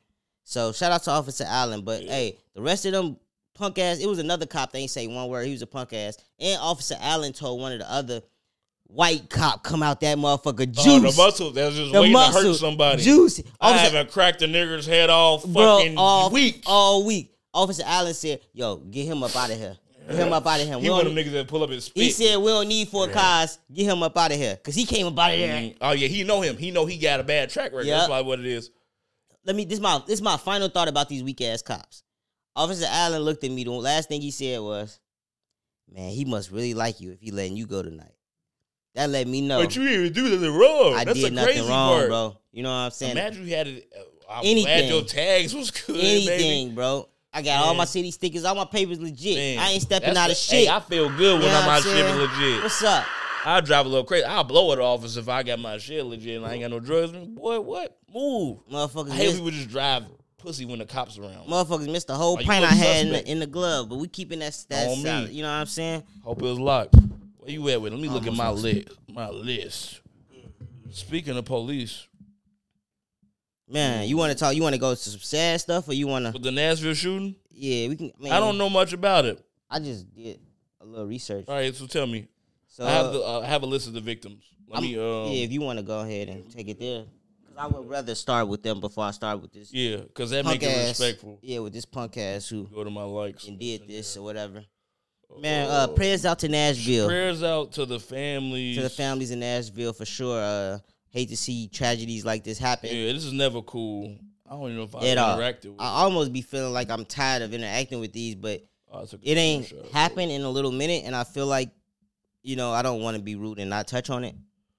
So shout out to Officer Allen. But
Yeah.
hey, the rest of them punk ass, it was another cop. They ain't say one word. He was a punk ass. And Officer Allen told one of the other white cop, come out that motherfucker juice.
Oh, the muscle that was just waiting to hurt somebody.
Juice.
I
Officer-
haven't cracked the nigger's head off
bro,
fucking
all
week.
All week. Officer Allen said, yo, get him up out of here. Get him up out of here. We
He
don't
one of them niggas that pull up and spit.
He said we don't need four cars. Get him up out of here, cause he came up out of there.
Mm, Oh yeah, he know him. He know he got a bad track record. That's
Yup.
probably what it is.
Let me. This my this my final thought about these weak ass cops. Officer Allen looked at me. The last thing he said was, "Man, he must really like you if he letting you go tonight." That let me know
But you didn't even do nothing wrong.
I
That's
did
the
nothing
crazy
wrong,
part.
bro. You know what I'm saying?
Imagine you had it. uh, I'm glad
Anything.
your tags was good, baby.
Anything, bro. I got all
Man.
my city stickers. All my papers legit.
Man,
I ain't stepping
that's
out
the-
of
Hey,
shit.
I feel good when
You know
I'm out
what I'm
shit
saying?
legit.
What's up?
I drive a little crazy. I'll blow it off as if I got my shit legit and I ain't got no drugs. Boy, what? Move.
Motherfuckers,
I hate
missed,
people just drive pussy when the cops around.
motherfuckers missed the whole
Are you
pint
a
I had in
suspect?
the, in the glove, but we keeping that, that
On me.
solid, You know what I'm saying?
Hope it was locked. Where you at with? it? Let me look at my list. My list. Speaking of police,
Man, you want to talk? You want to go to some sad stuff, or you want to?
with the Nashville shooting,
Yeah, we can. Man,
I don't know much about it.
I just did a little research.
All right, so tell me.
So
I have the, uh, I have a list of the victims. Let
I'm-
me. Um,
yeah, if you want to go ahead and take it there, because I would rather start with them before I start with this
yeah, because that
punk
makes it
ass.
respectful.
Yeah, with this punk ass who
Go to my likes.
did this or whatever. Man, uh,
Oh.
prayers out to Nashville,
Prayers out to the families.
to the families in Nashville for sure. Uh, hate to see tragedies like this happen.
Yeah, this is never cool. I don't even know if I
At all.
interacted with.
I almost be feeling like I'm tired of interacting with these, but
Oh, I took a
it ain't
screenshot.
happened in a little minute, and I feel like, you know, I don't want to be rude and not touch on it,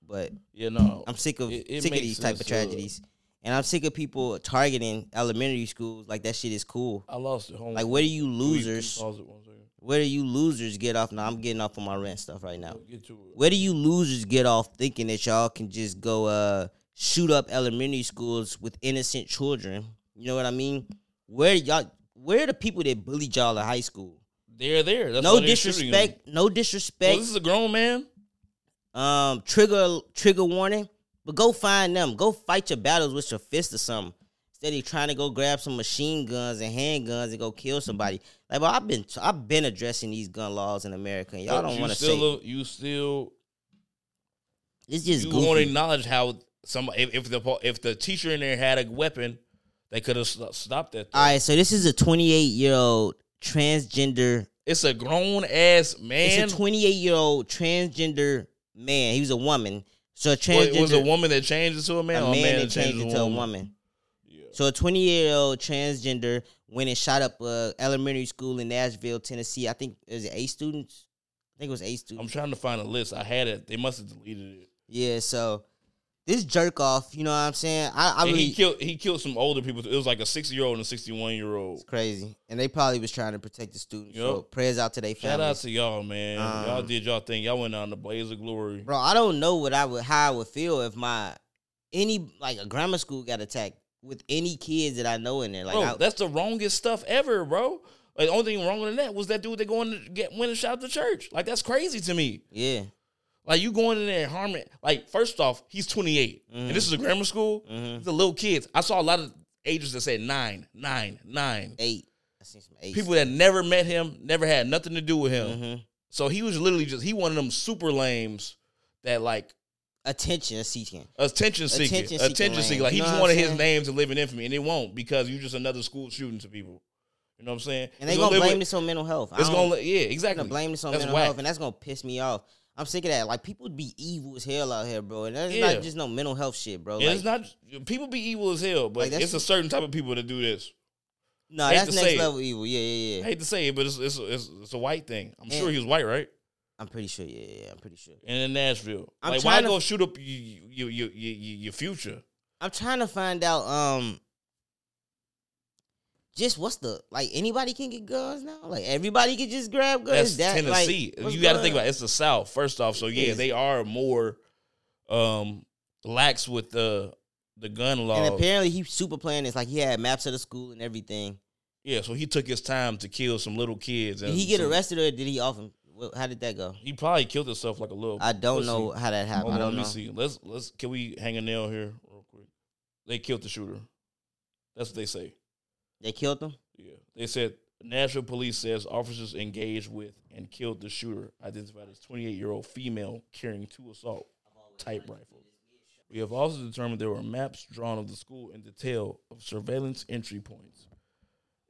but
Yeah, no.
I'm sick of
It- it
sick of
makes
these type
sense,
of
uh,
tragedies, and I'm sick of people targeting elementary schools like that shit is cool.
I lost it. Home.
Like, where do you
Please,
losers?
Pause it one second.
Where do you losers get off? Now I'm getting off on my rent stuff right now.
Get to it.
Where do you losers get off thinking that y'all can just go uh, shoot up elementary schools with innocent children? You know what I mean? Where y'all? Where are the people that bullied y'all in high school?
They're there. That's
No
why they're shooting them.
disrespect. No
Well,
disrespect.
this is a grown man.
um trigger trigger warning but go find them go fight your battles with your fist or something instead of trying to go grab some machine guns and handguns and go kill somebody like bro, i've been i've been addressing these gun laws in america and y'all
But
don't
you
want to say
still a- you still
it's just
you want to
goofy.
acknowledge how some if, if the po- if the teacher in there had a weapon, they could have st- stopped that. thing.
all right so this is a 28 year old transgender
it's a grown ass man.
it's a 28 year old transgender man he was a woman so a
Well,
transgender
it was a woman that changed it to a
a
man.
man,
or a man
that changed
it
into a woman
Yeah.
So a 20 year old transgender went and shot up a elementary school in Nashville, Tennessee. I think is it eight students. I think it was eight
I'm
students.
trying to find a list. I had it. They must have deleted it.
yeah. So this jerk off, you know what I'm saying? I, I
And
really
he killed he killed some older people. It was like a sixty year old and a sixty one year old.
it's crazy, and they probably was trying to protect the students.
Yup.
So prayers out to their
Shout out
families,
to y'all, man.
Um,
y'all did y'all thing. Y'all went out in the blaze of glory.
bro. I don't know what I would how I would feel if my any like a grammar school got attacked with any kids that I know in there. Like,
bro,
I,
that's the wrongest stuff ever, bro. Like, the only thing wrong than that was that dude that going to get went and shot the church. Like that's crazy to me.
yeah,
Like you going in there and harming. Like first off, he's 28, and this
Mm-hmm.
is a grammar school. It's the little kids. I saw a lot of ages that said nine, nine, nine.
eight. I seen some eight.
People that never met him, never had nothing to do with him.
hmm
So he was literally just he one of them super lames that like
attention, a seeking.
attention seeking,
Attention
attention
seeking
seeking.
lame.
Like he
You know
just
what
wanted
I'm
his
saying?
name to live in infamy, and it won't because you're just another school shooting to people. You know what I'm saying?
And they
It's
gonna,
live
blame
with-
this on mental health. I
It's
don't-
gonna li- yeah
I'm
exactly.
gonna blame this on
That's
mental
whack.
health, and that's gonna piss me off. I'm sick of that. Like people be evil as hell out here, bro, and that's
Yeah.
not just no mental health shit, bro.
Yeah,
like,
it's not people be evil as hell,
Like,
but
that's-
it's a certain type of people that do this.
no,
hate
that's
to
next
say it.
level evil. Yeah, yeah,
I
yeah.
hate to say it, but it's it's it's, it's a white thing. I'm
Yeah.
sure he was white, right?
I'm pretty sure. Yeah, yeah, yeah, I'm pretty sure.
And in Nashville,
I'm
like
trying
why
to-
go shoot up your your your, your, your future?
I'm trying to find out. Um, just what's the like? Anybody can get guns now. Like everybody can just grab guns.
That's
That, like,
Tennessee.
what's
you got to
going
think
on?
about it. it's the South first off. So yeah,
Yeah.
they are more um lax with the the gun
And
law.
apparently he super playing this. Like he had maps of the school and everything.
Yeah, so he took his time to kill some little kids.
Did
and
he get
some-
arrested or did he off him? Wh- How did that go?
He probably killed himself like a little.
I don't
pussy.
know how that
Hold
happened. I
on,
don't
let me
know.
see. Let's let's can we hang a nail here real quick? They killed the shooter. That's what they say.
They killed him.
Yeah, they said Nashville police says officers engaged with and killed the shooter, identified as 28 year old female carrying two assault type rifles. We have also determined there were maps drawn of the school in detail of surveillance entry points.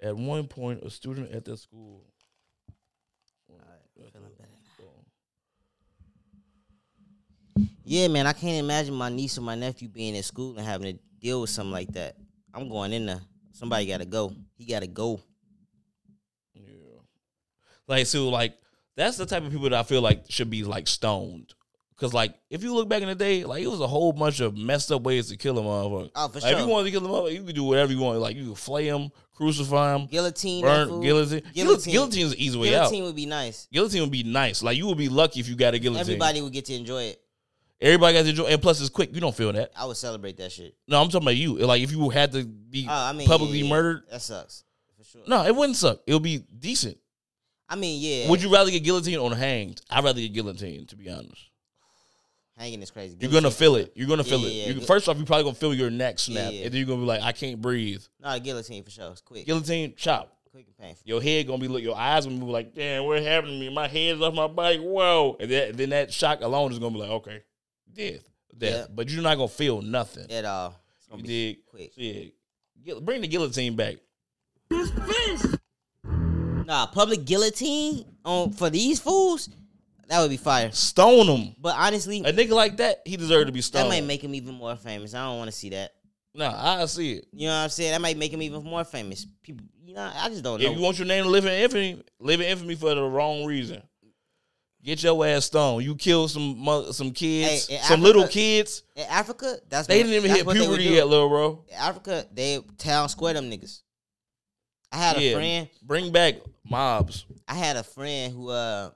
At one point, a student at that school.
Yeah, man, I can't imagine my niece or my nephew being in school and having to deal with something like that. I'm going in there. Somebody got to go. He got to go.
Yeah. Like so, like that's the type of people that I feel like should be like stoned. Cause like if you look back in the day, like it was a whole bunch of messed up ways to kill a motherfucker.
Oh, for
like, If
sure.
you wanted to kill a motherfucker, you could do whatever you want. Like you could flay him, crucify him,
Guillotine. that
burn
fool.
guillotine.
Guillotine.
Guillotine. Guillotine is an easy way
Guillotine
out.
would be nice.
Guillotine would be nice. Like you would be lucky if you got a guillotine. Everybody,
Everybody would get to enjoy it.
everybody got to enjoy, and plus it's quick. You don't feel that.
I would celebrate that shit.
No, I'm talking about you. Like if you had to be
Oh, I mean,
publicly
yeah, yeah.
murdered,
That sucks for sure.
no, it wouldn't suck. It would be decent.
I mean, yeah.
Would you rather get guillotined or hanged? I'd rather get guillotined, to be honest.
hanging is crazy?
You're gonna feel it. You're gonna
Yeah,
feel it.
Mm. yeah,
You-
yeah.
first off, you're probably gonna feel your neck snap,
yeah.
and then you're gonna be like, "I can't breathe."
no, the guillotine for sure. It's quick,
Guillotine, chop.
quick and painful.
Your head gonna be look. Your eyes gonna be like, "Damn, what happened to me? My head's off my bike. Whoa!" And that, then that shock alone is gonna be like, "Okay, death, death."
Yeah.
But you're not gonna feel nothing.
At all. It's
you
gonna be
dig?
quick.
So, yeah, Guil- bring the guillotine back.
Nah, public guillotine on for these fools. That would be fire.
Stone him.
But honestly,
A nigga like that, he deserved to be
that
stoned.
might make him even more famous. I don't want to see that.
nah, I see it.
You know what I'm saying? That might make him even more famous. People, you know, I just don't
If
know.
you want your name to live in infamy, live in infamy for the wrong reason. Get your ass stoned. You kill some mo- some kids,
Hey, in
some little
Africa-
kids.
In Africa, that's
They
what-
didn't even
that's
hit
what they would
puberty
do.
yet, little bro.
In Africa, they town square them niggas. I had a
Yeah,
friend.
bring back mobs.
I had a friend who uh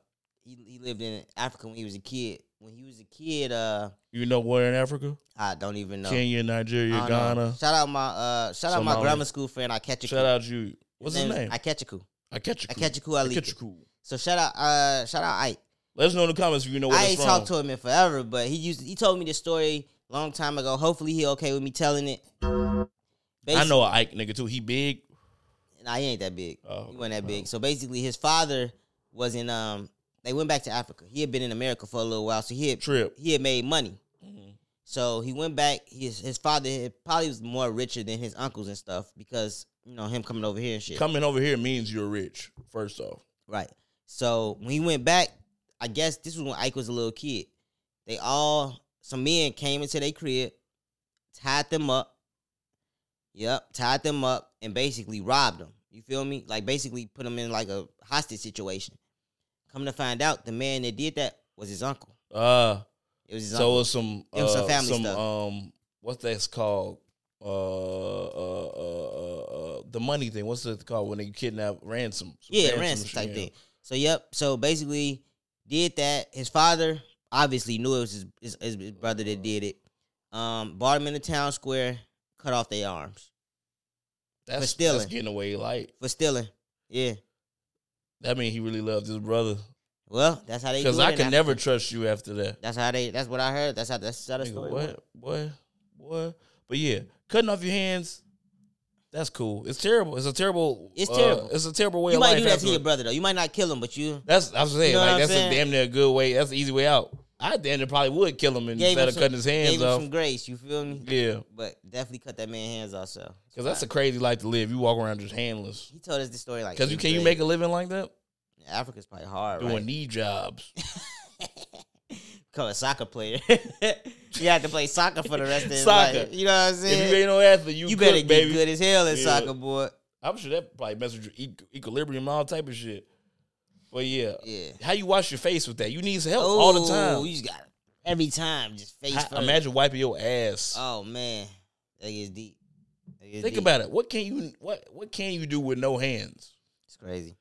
he, he lived in Africa when he was a kid. When he was a kid, uh
You know where in Africa?
I don't even know.
Kenya, Nigeria,
I don't know.
Ghana.
Shout out my uh shout out my
Somalia.
grammar school friend Ikechiku.
Shout out you. What's his name?
I catch a cool.
I catch you.
I catch a cool. I
catch you. Cool.
So shout out uh shout out Ike.
Let us know in the comments if you know where
I
it's
ain't
from.
talked to him in forever, but he used he told me this story long time ago. Hopefully he okay with me telling it.
I know a Ike nigga too. He big.
Nah, he ain't that big.
Oh,
he wasn't that
okay.
big. So basically, his father was in. Um, they went back to Africa. He had been in America for a little while, so he had
Trip.
he had made money. So he went back. His his father had, probably was more richer than his uncles and stuff because you know him coming over here and shit.
Coming over here means you're rich. First off,
Right. So when he went back, I guess this was when Ike was a little kid. They all some men came into their crib, tied them up. Yep, tied them up and basically robbed them. You feel me? Like basically put them in like a hostage situation. Come to find out, the man that did that was his uncle.
uh,
It was his
So it
uncle.
was some
It was
uh,
some family
some,
stuff.
Um, what's that's called? Uh, uh, uh, uh, uh, the money thing. What's it called when they kidnap ransom?
yeah, ransom
shit,
type
yeah.
thing. So yep. So basically, did that. His father obviously knew it was his, his, his- his brother that did it. Um, brought him in the town square, cut off their arms
That's,
stealing.
that's getting away light.
for stealing. Yeah.
That means he really loved his brother.
Well, that's how they.
Because
do it
I
in
could
Af-
never trust you after that.
That's how they. That's what I heard. That's how. That's how the
Nigga,
story. went.
what, what, what? But yeah, cutting off your hands. That's cool. It's terrible. It's a terrible.
It's
uh,
terrible.
It's a terrible way
You
of
might
life.
do that to
afterward.
your brother though. You might not kill him, but you
That's I was saying,
You know what
like
I'm
that's
saying?
a damn near good way. That's the easy way out. I damn near probably would kill him
gave
instead
him
of
some,
cutting his
gave
hands
him
off.
some grace. You feel me?
Yeah,
But definitely cut that man hands off. So
because that's a crazy life to live. You walk around just handless.
he told us the story like
Because you
eighth
can you
grade.
make a living like that
Africa's probably hard.
doing
right?
knee jobs?
Become a soccer player. you have to play soccer for the rest of his
Soccer.
life. You know what I'm saying?
If you ain't no athlete, you,
You better
cook,
get
baby.
good as hell in
Yeah.
soccer, boy.
I'm sure that probably messes with your equ- equilibrium, all type of shit. But yeah,
Yeah.
how you wash your face with that? You need help all the
Ooh,
time.
You just got every time, just face
How-
first.
imagine wiping your ass.
Oh man, that gets deep. That gets
Think
deep.
about it. What can you what what can you do with no hands?
It's crazy.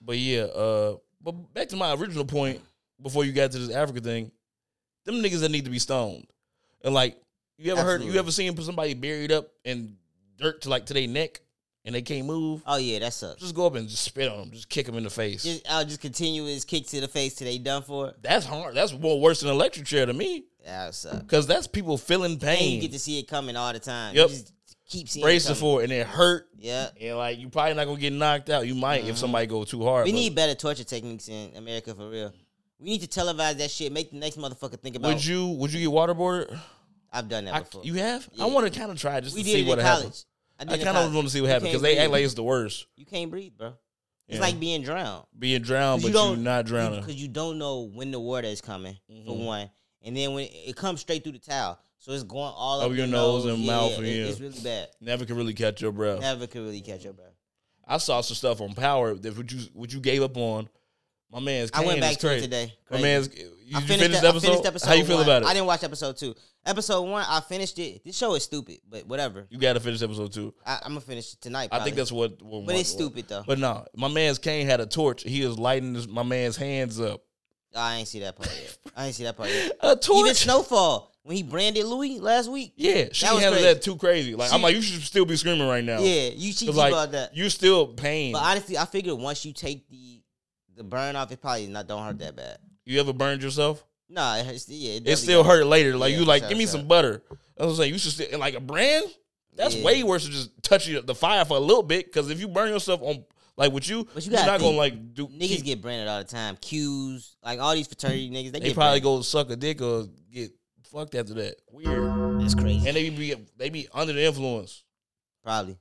But yeah, uh, but back to my original point before you got to this Africa thing, them niggas that need to be stoned, and like you ever heard,
Absolutely.
you ever seen somebody buried up in dirt to like to their neck and they can't move?
Oh yeah, that sucks.
Just go up and just spit on them, just kick them in the face.
Just, I'll just continue his kick to the face till they done for. it.
that's hard. That's more worse than an electric chair to me,
That sucks.
because that's people feeling
And you get
pain,
to see it coming all the time.
Yep.
You just keep seeing
bracing
it coming.
for it, and it hurt.
Yeah.
And like you probably not gonna get knocked out. You might if somebody go too hard.
Uh-huh. We
but
need better torture techniques in America for real. We need to televise that shit. Make the next motherfucker think about.
would you would you get waterboarded?
I've done that
I,
before.
you have?
Yeah.
I want to kind of try just
we
to
did
see
it
what
in
happens.
college. I, did
I
it in
kind of
college.
want to see what
You
happens
can't
because they act
breathe.
like it's the worst.
You can't breathe, bro. It's
Yeah.
like being drowned.
Being drowned,
'Cause
but
you
you are
don't-
not drowning.
because you don't know when the water is coming for
Mhm.
one, and then when it comes straight through the towel, so it's going all
Up
up
your nose and mouth,
it-
yeah.
it's really bad.
Never can really catch your breath.
Never could really catch up, bro.
I saw some stuff on Power that what you what you gave up on. My man's
I went
cane is
back to it
crazy.
today.
My
Crazy.
man's. You,
I
you finished,
e-
the
I
episode?
finished episode
How you feel
one.
about it?
I didn't watch episode two. Episode one, I finished it. This show is stupid, but whatever.
you got to finish episode two.
I, I'm gonna finish it tonight.
I think
probably.
that's what. what
But it's
what-
stupid though.
But no, my man's Kane had a torch. He was lighting this, my man's hands up.
I ain't see that part yet. I ain't see that part yet.
A
Even
torch.
Snowfall when he branded Louis last week.
yeah, she
That was
handled
crazy.
that too crazy. Like
She-
I'm like, you should still be screaming right now.
Yeah, you cheat
'Cause, like,
about that.
You still pain.
But honestly, I figured once you take the the burn off, it probably not don't hurt that bad.
you ever burned yourself?
Nah, it hurts. Yeah,
it
definitely
still
don't.
hurt later. Like
Yeah,
you like,
sure,
give me
sure.
some butter. I was like, you should still and, like a brand. That's
Yeah.
way worse than just touching the fire for a little bit. Because if you burn yourself on like with you,
But you
you are
gotta
not gonna
think,
like do.
Niggas
keep-
get branded all the time. Qs, like all these fraternity niggas, they,
Mm-hmm. they
get
probably
probably
go suck a dick or get fucked after that. Weird.
go. That's crazy.
And they be they be under the influence.
probably.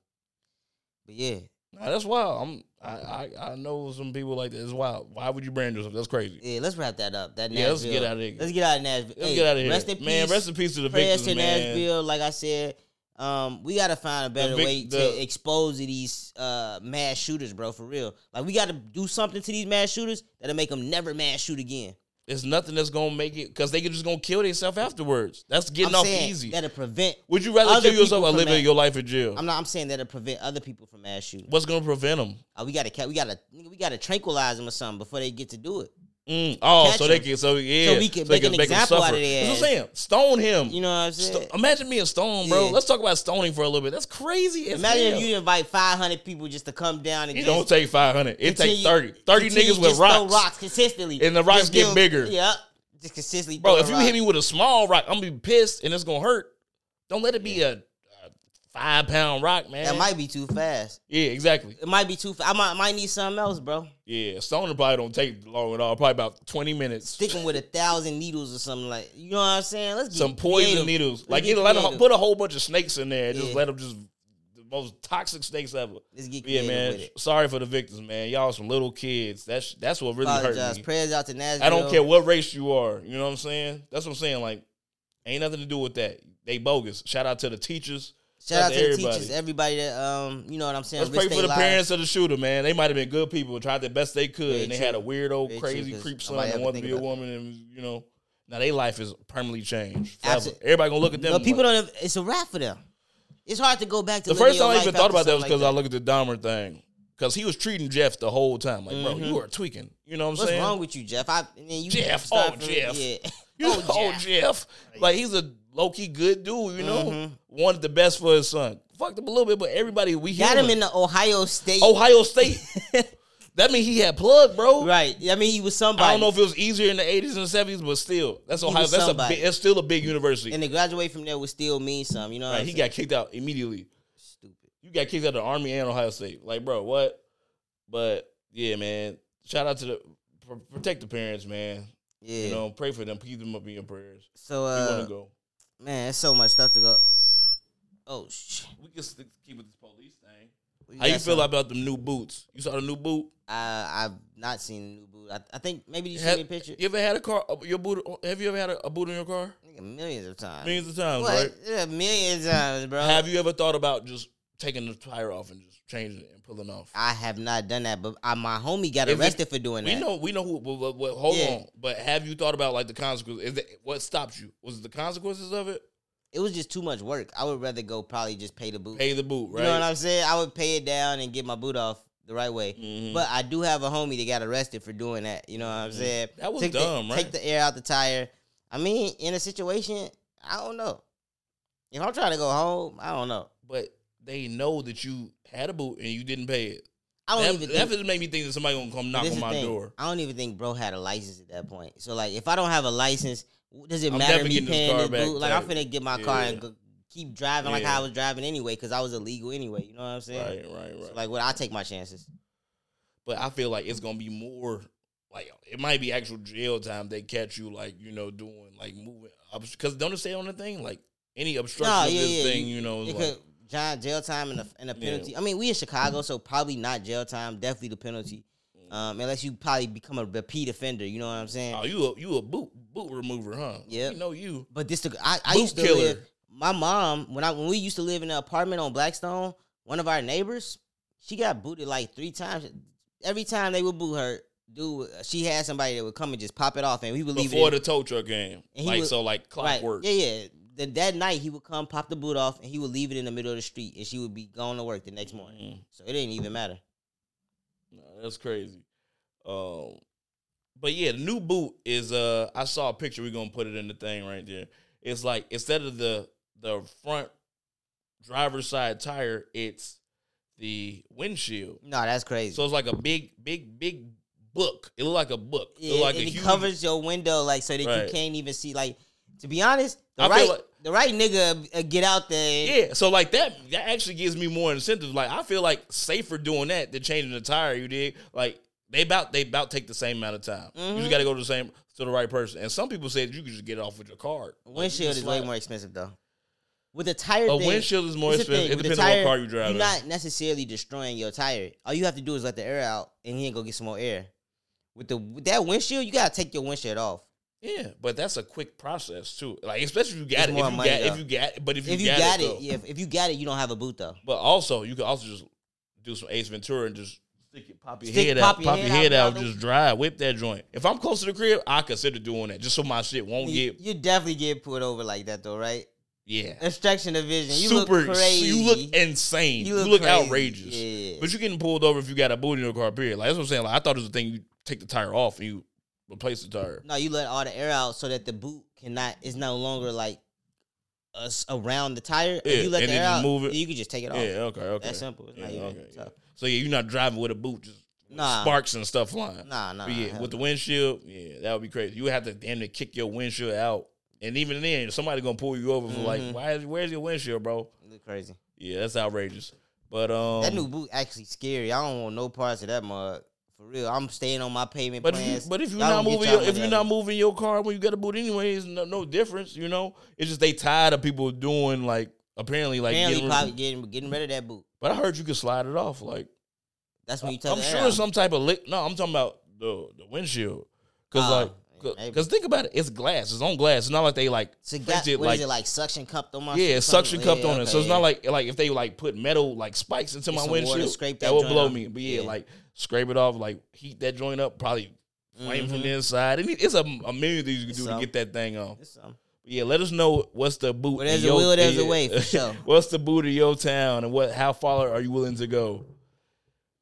But yeah,
Nah, that's wild. I'm I, I I know some people like that. It's wild. Why would you brand yourself? That's crazy.
yeah. Let's wrap that up. That
Yeah, let's get
Nashville-
outta here.
Let's get out of Nashville.
Let's
Hey,
get out of here,
Rest in peace,
man. Rest in peace to the
Prayers
victims,
to
man.
Nashville. Like I said, um, we gotta find a better
vic-
way
the-
to expose these uh, mass shooters, bro. For real, like we gotta do something to these mass shooters that'll make them never mass shoot again.
It's nothing that's gonna make it because they just gonna kill themselves afterwards. That's getting
I'm
off
saying
easy.
that'll prevent.
Would you rather
other
kill yourself
people
or
from
live
that.
your life in jail?
I'm not. I'm saying that'll prevent other people from mass shooting.
What's gonna prevent them?
Uh, we gotta, ca- we gotta, nigga, we gotta tranquilize them or something before they get to do it.
Mm, oh,
Catch
so they
him.
can, so yeah,
we can
they
make an
him
example out of
suffer.
their
That's
ass.
what I'm saying. Stone him.
You know what I'm saying?
Sto- imagine being stoned, bro.
Yeah.
Let's talk about stoning for a little bit. That's crazy. As
Imagine
hell.
if you invite 500 people just to come down and
It
just
don't take five hundred. It
continue-
takes thirty. Thirty
continue
niggas with
just throw
rocks.
rocks consistently,
And the rocks
Just
get
give-
bigger.
Yep, just consistently.
bro.
throw
If
a
you
rock.
hit me with a small rock, I'm gonna be pissed and it's gonna hurt. Don't let it be a, a five pound rock, man.
that might be too fast.
yeah, exactly.
It might be too. Fa- I might, might need something else, bro.
Yeah, stoning probably don't take long at all. Probably about twenty minutes.
Sticking with a thousand needles or something like you know what I'm saying. Let's get
some poison
creative.
needles.
Let's
Like
get
get let 'em-
creative.
put a whole bunch of snakes in there. and Just
Yeah.
let them just the most toxic snakes ever.
Let's get
Yeah,
creative with
man.
it.
Sorry for the victims, man. Y'all some little kids. That's that's what really hurt
Apologize.
me.
Prayers out to Nashville.
I don't care what race you are. You know what I'm saying? That's what I'm saying. Like, ain't nothing to do with that. They bogus. Shout out to the teachers.
Shout out to the
everybody.
teachers, everybody that um, you know what I'm saying.
Let's pray
risk
for the
they lives.
parents of the shooter, man. They might have been good people, tried their best they could,
Very
and they
true.
had a weirdo,
Very true,
crazy
'cause
creep
nobody
son
ever
that wanted to
think
be a
about
woman, and you know, now their life is permanently changed. forever.
Absolute-
Everybody gonna look at them.
No,
and
people
like-
don't. It's a wrap for them. It's hard to go back to
the
living
first
your
time I
life
even
after
thought about that was
something
because I
like
looked at the Dahmer thing, because he was treating Jeff the whole time. Like, bro, you are tweaking. You know what I'm
Mm-hmm. What's
saying?
wrong with you, Jeff? I and then you
Jeff.
start
Oh,
from-
Jeff.
Yeah.
You know, oh, Jeff. Like, he's a low key good dude, you know?
Mm-hmm.
Wanted the best for his son. Fucked up a little bit, but everybody, we
Got him
human.
in the Ohio State.
Ohio State. that mean he had plug, bro.
right. I mean, he was somebody.
I don't know if it was easier in the 80s and 70s, but still, that's Ohio.
was
That's a
somebody.
big, that's still a big university.
and to graduate from there would still mean something. You know, what
Like,
I'm
he
saying?
got kicked out immediately.
stupid.
You got kicked out of the Army and Ohio State. Like, bro, what? But yeah, man. Shout out to the pr- protect the parents, man.
Yeah.
You know, pray for them, keep them up in your prayers.
so,
We want
uh,
to go.
man, there's so much stuff to go. Oh shit.
We can stick, keep with this police thing. How you feel about them new boots? You saw the new boot?
I, I've not seen the new boot. I, I think maybe you
Have-
seen me a picture.
You ever had a car? uh, Your boot? Have you ever had a, a boot in your car?
Nigga, millions of times.
Millions of times,
What?
right?
Yeah, millions of times, bro.
Have you ever thought about just taking the tire off and just changing it and pulling off?
I have not done that, but I, my homie got
Is it-
arrested for doing
we
that.
know, we know who. But, but, but hold
Yeah.
on. But have you thought about like the consequences? Is that, what stopped you? Was it the consequences of it?
It was just too much work. I would rather go probably just pay the boot.
Pay the boot, right?
You know what I'm saying? I would pay it down and get my boot off the right way.
Mhm.
But I do have a homie that got arrested for doing that. You know what I'm
Mm-hmm.
saying?
That was
Took the-
dumb, right?
Take the air out the tire. I mean, in a situation, I don't know. If I'm trying to go home, I don't know.
but they know that you had a boot and you didn't pay it.
I don't
That,
even
that
think,
just made me think that somebody gonna come knock
but this
on
is the
my
thing.
door.
I don't even think bro had a license at that point. So like, if I don't have a license, w- does it
I'm
matter
definitely
me
getting this
paying
car
this
back,
boot? Like, I'm
like,
finna get my car
yeah.
and go, keep driving like
Yeah.
how I was driving anyway because I was illegal anyway. You know what I'm saying?
Right, right, right.
So, like, what I take my chances.
but I feel like it's gonna be more like it might be actual jail time they catch you like you know doing like moving because don't it say on the thing like any obstruction
No,
of
yeah,
this
yeah,
thing
you-
you, know is
It
like
could John jail time and a, and a
Yeah.
penalty. I mean, we in Chicago, so probably not jail time. Definitely the penalty, um, unless you probably become a repeat offender. You know what I'm saying?
Mm. oh you a, you a boot boot remover huh
Yep.
we know you
But this, I, I
Boot
used to
killer.
live. My mom, when I when we used to live in an apartment on Blackstone, one of our neighbors, she got booted like three times. Every time they would boot her, dude, she had somebody that would come and just pop it off, and we would leave
before
it.
the tow truck game
And he
like
would-
so like
right?
clockwork
Yeah, yeah. The, that night he would come, pop the boot off, and he would leave it in the middle of the street, and she would be going to work the next morning.
Mm,
So it didn't even matter.
no, that's crazy um but yeah the new boot is uh I saw a picture we're gonna put it in the thing right there it's like instead of the the front driver's side tire it's the windshield
No, that's crazy.
So it's like a big, big, big book. It looked like a book. It
yeah,
looked like a
and it
huge,
covers your window like so that
Right.
you can't even see. Like to be honest, the
I
right
feel like-
the right nigga uh, get out there.
Yeah. So like that, that actually gives me more incentive. Like I feel like safer doing that than changing the tire. You did like they about they about take the same amount of time. You
Mm-hmm.
just got to go to the same to the right person. And some people say that you can just get it off with your card. Like, you
Windshield
just
is way
slide-
more expensive though. With a tire,
A
thing,
windshield is more
it's the
expensive.
thing,
It
with the
depends on what
tire,
car you're driving.
You're not necessarily destroying your tire. All you have to do is let the air out, and then go get some more air. With the with that windshield, you gotta take your windshield off.
Yeah, but that's a quick process too. Like especially if you got it.
It's
If
more
you
money,
got,
though.
if you got, but if you,
if you
got, it,
it,
though.
yeah, if, if you got it, you don't have a boot though.
But also, you can also just do some Ace Ventura and just stick it, pop your
Stick-
head
pop
out,
your
pop your
head
head
out,
out,
dog.
just drive, whip that joint. If I'm close to the crib, I consider doing that just so my shit won't
You,
get
you definitely get pulled over like that though, right?
yeah.
Obstruction of vision. You
Super,
look crazy.
you look insane. You
You
look,
look crazy.
outrageous.
Yeah.
But you're getting pulled over if you got a boot in your car. Period. Like that's what I'm saying. Like I thought it was a thing. You take the tire off and you replace the tire.
No, you let all the air out so that the boot cannot is no longer like us around the tire.
Yeah,
If you let
and
the
then
air
just
out,
move it.
you can just take it off.
Yeah. Okay. Okay.
That's simple. It's
Yeah,
not even
okay, yeah.
tough.
So yeah, you're not driving with a boot. Just
Nah.
sparks and stuff flying.
Nah, nah.
But yeah,
hell
with the
no.
windshield, yeah, that would be crazy. You would have to damn near kick your windshield out, and even then, somebody gonna pull you over for
Mm-hmm.
like, why? Is, where's your windshield, bro?
It look crazy.
Yeah, that's outrageous. But um,
that new boot actually scary. I don't want no parts of that mug. For real. I'm staying on my payment
but if
plans.
you, but if you're
Y'all
not
gonna get
moving
y'all
your, if
money
you're
out
not
of
moving your car when you got a boot anyways, no, no difference. You know, it's just they tired of people doing like apparently
it.
like.
apparently
getting-
probably getting getting rid of that boot.
but I heard you could slide it off. Like
That's when you tell
I'm
the
sure
air out.
some type of lick. No, I'm talking about the the windshield because
Uh,
like
Maybe.
Because think about it, it's glass. It's on glass. It's not like they like
So got,
printed
what
like
is it like suction cupped on my
yeah, suction cupped
Yeah,
on it. So it's
okay,
not
yeah.
like like if they like put metal like spikes into
Get
my
some water,
windshield,
scrape
that,
that
would
joint
blow
off.
me. But yeah,
Yeah.
like scrape it off, like heat that joint up, probably flame
Mm-hmm.
from the inside. And it's a, a million things you can do
So-
to get that thing off.
It's something.
Yeah, let us know what's the boot.
Where there's
in
a
your-
will, there's a
yeah.
way, for sure.
what's the boot of your town, and what how far are you willing to go?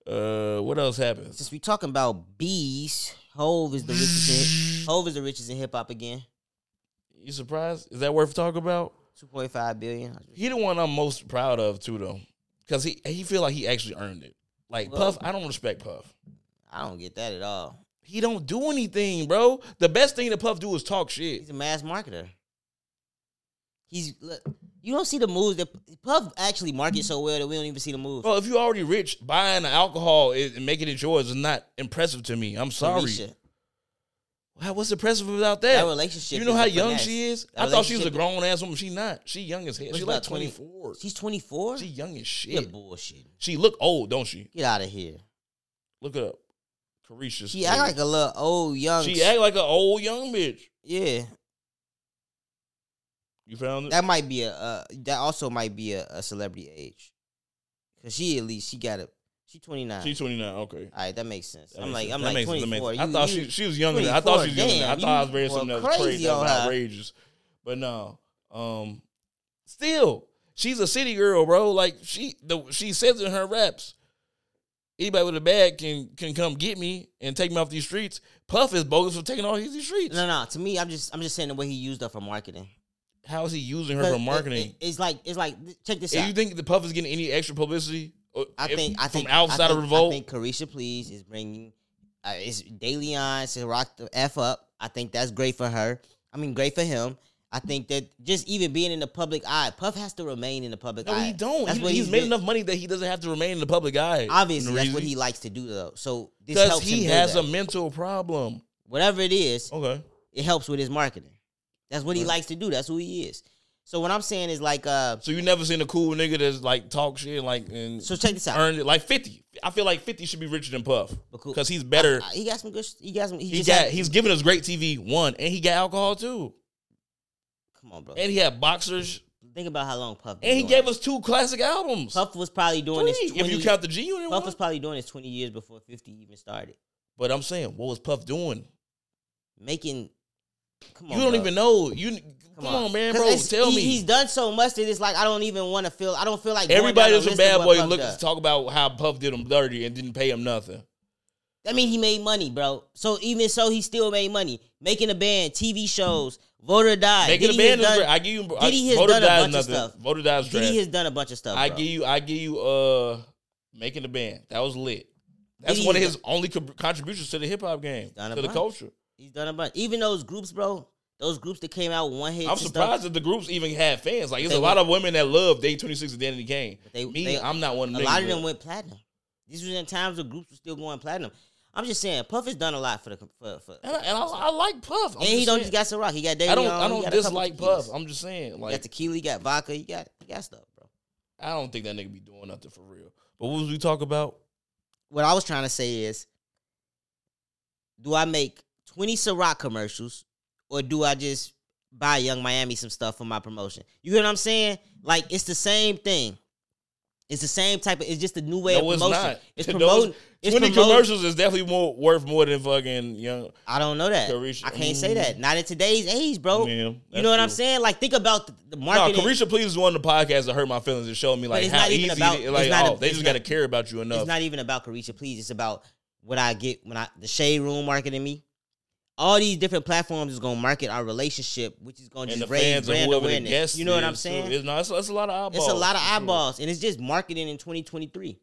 Uh, what else happens?
Since we talking about bees, Hove is the richest. In, Hove is the richest in hip hop again.
You surprised? Is that worth talking about?
Two point five billion.
He the one I'm most proud of too, though, because he he feel like he actually earned it. Like
Well-
Puff, I don't respect Puff.
I don't get that at all.
He don't do anything, bro. The best thing that Puff do is talk shit.
He's a mass marketer. He's look. You don't see the moves that Puff actually markets so well that we don't even see the moves.
Bro, if you already rich, buying the alcohol is- and making it yours is not impressive to me. I'm sorry.
Felicia,
How- What's impressive about
that
that?
relationship.
you know
is
how
a
young
finesse.
she is?
That
I thought she was a
relationship-
grown ass woman. She not. She young as hell.
What's
She like
about 20?
24.
She's twenty four.
She young as shit.
You're bullshit.
She look old, don't she?
Get out of here.
Look it up. Carisha.
She act like a little old young.
she
sh-
act like an old young bitch.
yeah.
You found it?
That might be a uh, that also might be a, a celebrity age, cause she at least she got a she twenty nine.
She 29. Okay.
All right, that makes sense.
That
I'm
makes
like
sense.
I'm
That
like
makes sense. That
twenty
makes
four.
sense. I thought she, she was younger. Than that. I thought she was
24.
younger. Than that. I
Damn,
thought I
you
was reading something
were
that was crazy,
crazy
that
on
was
her.
outrageous. But no, um, still, she's a city girl, bro. Like she, the she says in her raps, anybody with a bag can can come get me and take me off these streets. Puff is bogus for taking off these streets.
No, no. To me, I'm just I'm just saying the way he used her for marketing.
How is he using her
But
for
it-
marketing?
it- it's like it's like check this
if
out.
you think the Puff is getting any extra publicity, uh,
I
if-
think I
from
think I
outside
think,
of Revolt,
I think Carisha Please is bringing uh, is DeLeon to rock the f up. I think that's great for her. I mean, great for him. I think that just even being in the public eye, Puff has to remain in the public
no,
eye.
he don't.
That's
He-
what
he's made
been-
enough money that he doesn't have to remain in the public eye.
Obviously,
And the
that's what
reason-
he likes to do though. So this
because
helps
he
him
has
do
a
that.
mental problem.
whatever it is.
Okay.
It helps with his marketing. That's what he
Right.
likes to do. That's who he is. So what I'm saying is like, uh,
So you never seen a cool nigga that's like talk shit like and
so check this out.
earned it like fifty. I feel like fifty should be richer than Puff
Because-
because he's better.
Uh, he got some good. sh- He got some. He,
he
just
got
had-
he's giving us great TV one, and he got alcohol too,
Come on, bro.
and he had boxers,
Think about how long Puff. been
and he
doing
gave
it.
us two classic albums.
Puff was probably doing
Three,
this. 20,
if you count the G Unit
Puff
one.
was probably doing this twenty years before Fifty even started
but I'm saying, what was Puff doing?
making. Come on,
You don't
bro.
even know. You come, on. man,
'Cause
bro.
it's-
Tell
he-
me.
He's done so much that it's like I don't even want to feel. I don't feel like going
Everybody
down
that's a
the list of
bad
what
boy
Puff
look
does.
talk about how Puff did him dirty and didn't pay him nothing.
I mean, he made money, bro. So even so, he still made money making a band, TV shows, vote or die.
Making
Diddy
a band is
has done-
great. I give you.
Diddy has
voter
done a
dies
bunch of
nothing.
stuff.
Voter dies trash.
Diddy has done a bunch of stuff.
I
bro.
give you, I give you, uh, making the band. That was lit. That's
Diddy
one of
is-
his only co- contributions to the hip hop game,
done a
to the
bunch.
culture.
He's done a bunch. Even those groups, bro. Those groups that came out with one hit.
I'm
and stuff,
surprised that the groups even had fans. Like, there's
They
a lot of women that love Day 26 and Danny Kane.
they-
Me,
they-
I'm not one of
a
them.
lot of
niggas,
them
but
went platinum. These was in times where groups were still going platinum. I'm just saying, Puff has done a lot for the for. for
And I, and I, I like Puff. I'm
and he
just
don't
saying.
just got some rock. He got Davey
I don't.
on,
I don't
he got a couple
dislike
tequilas.
Puff. I'm just saying,
He got
like,
tequila. He got vodka. He got he got stuff, bro.
I don't think that nigga be doing nothing for real. But what was we talk about?
What I was trying to say is, do I make twenty Ciroc commercials, or do I just buy Young Miami some stuff for my promotion? You hear what I'm saying? Like it's the same thing. It's the same type of. It's just a new way
no,
of
it's
promotion.
not.
It's
Those
promoting. it's
Twenty
promoting-
commercials is definitely more worth more than fucking young.
I don't know that.
Carisha-
I can't say that.
Mm.
Not in today's age, bro.
Yeah,
you
that's
know what I'm
true.
saying? Like, think about the, the
No,
marketing.
Carisha Please is one of the podcasts that hurt my feelings and showed me like
it's
how
not even
easy.
about-
they, like,
it's not
oh,
a-
they
it's
just
not-
got to care about you
it's
enough.
not even about Carisha, please. It's about what I get when I the shade room marketing me. All these different platforms is gonna market our relationship, which is
and
gonna
the
just raise
fans and
brand
whoever the
awareness.
guest,
You know what I'm
is,
saying?
Too. It's, not, it's, it's a lot of eyeballs.
It's a lot of
for sure.
eyeballs, and it's just marketing in 2023.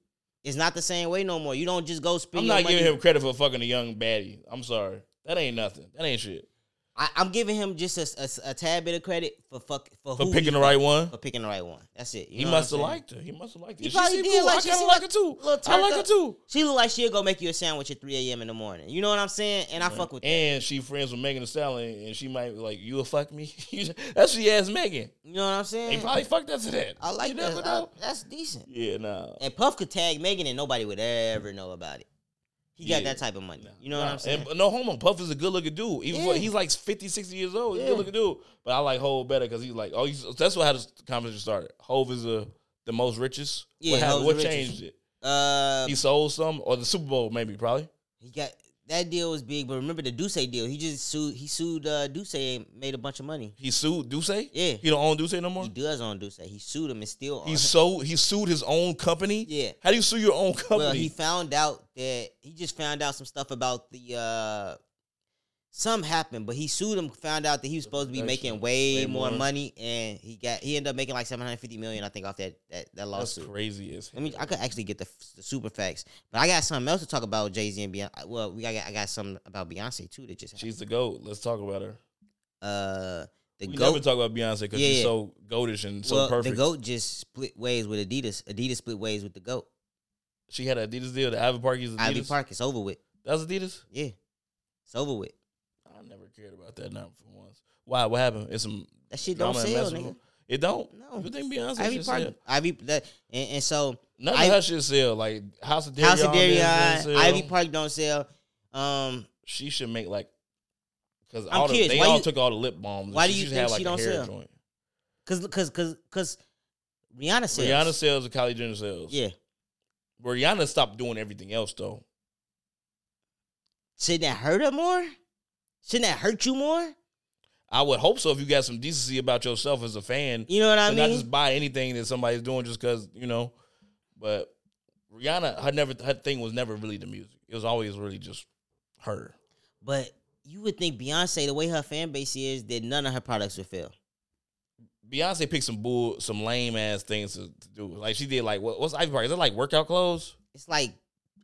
It's not the same way no more. You don't just go spend.
I'm
your
not
money.
giving him credit for fucking a young baddie. I'm sorry, that ain't nothing. That ain't shit
I, I'm giving him just a, a- a tad bit of credit for fuck for,
for
who
picking
he-
the right one.
for picking the right one. That's it. You
He
know what I'm
must have
saying?
liked her. He must have liked her.
He
She
probably
seemed
did.
cool.
Like,
I
she
kind of
seemed
like
like
her too.
a little
I
turned
like her
up.
too.
She look like she'll go make you a sandwich at 3 a.m. in the morning. You know what I'm saying? And
Mm-hmm.
I fuck with that.
And she friends with Megan Thee Stallion, and she might be like, "You'll fuck me." That's what she asked Megan.
You know what I'm
They
saying?
probably fucked after that.
I like
You
that.
never
I-
know.
that's decent.
Yeah, nah.
And Puff could tag Megan and nobody would ever know about it. He got
Yeah.
that type of money.
Nah.
You know what
Nah.
I'm saying?
And no homo, Puff is a good looking dude. Even for,
Yeah.
he's like 50, 60 years old. He's a
Yeah.
good looking dude. But I like Hove better because he's like, oh, he's, that's what how this conversation started. Hove is a, the most richest.
Yeah,
what happened-
Hove's
what
the richest.
changed it?
Uh,
He sold some or the Super Bowl maybe probably.
he got that deal was big, but remember the Duce deal? He just sued. He sued uh, Duce and made a bunch of money.
He sued Duce.
Yeah.
He don't own Duce no more.
He does own Duce. He sued him and still
He,
owns.
sold. He sued his own company.
Yeah.
How do you sue your own company?
Well, he found out that he just found out some stuff about the uh some happened, but he sued him, found out that he was supposed to be
production.
making way,
Way
more,
more.
money and he got he ended up making like 750 million I think off that that, that
that's
lawsuit.
crazy. As
I mean, I could actually get the, the super facts, but I got something else to talk about Jay Z and Beyonce. Well, we got I got something about Beyonce too that just happened.
she's the goat. Let's talk about her.
Uh, the
We
goat.
never talk about Beyonce because
Yeah,
she's
yeah.
so goatish and so
well,
perfect.
the goat just split ways with Adidas. Adidas split ways with the goat.
She had an Adidas deal. The Ivy Park is Adidas.
Ivy Park is over with.
That's Adidas.
Yeah, it's over with.
I never cared about that number for once. Why? What happened? It's some
That shit don't
drama and
sell,
mess with
nigga.
it. It don't.
No.
You think Beyonce
Ivy
should
Park,
sell?
Ivy that, and, and so
None
Ivy-
of her shit sell. Like House of Darion.
House of Darion,
doesn't sell.
Ivy Park don't sell. Um,
She should make like because
I'm
all the,
curious,
they
why
all
you-
took all the lip balms.
why do you
should have,
think she
like, a
don't
hair
sell?
Joint.
cause, cause, cause, cause Rihanna sells.
Rihanna sells and Kylie Jenner sells.
yeah,
Rihanna stopped doing everything else though.
shouldn't that hurt her more? Shouldn't that hurt you more?
I would hope so if you got some decency about yourself as a fan.
You know what I
to not
mean?
just buy anything that somebody's doing just because you know. But Rihanna, her never her thing was never really the music. It was always really just her.
but you would think Beyonce, the way her fan base is, that none of her products would fail.
Beyonce picked some bull, some lame ass things to, to do. Like she did, like what, what's Ivy Park? Is it like workout clothes?
It's like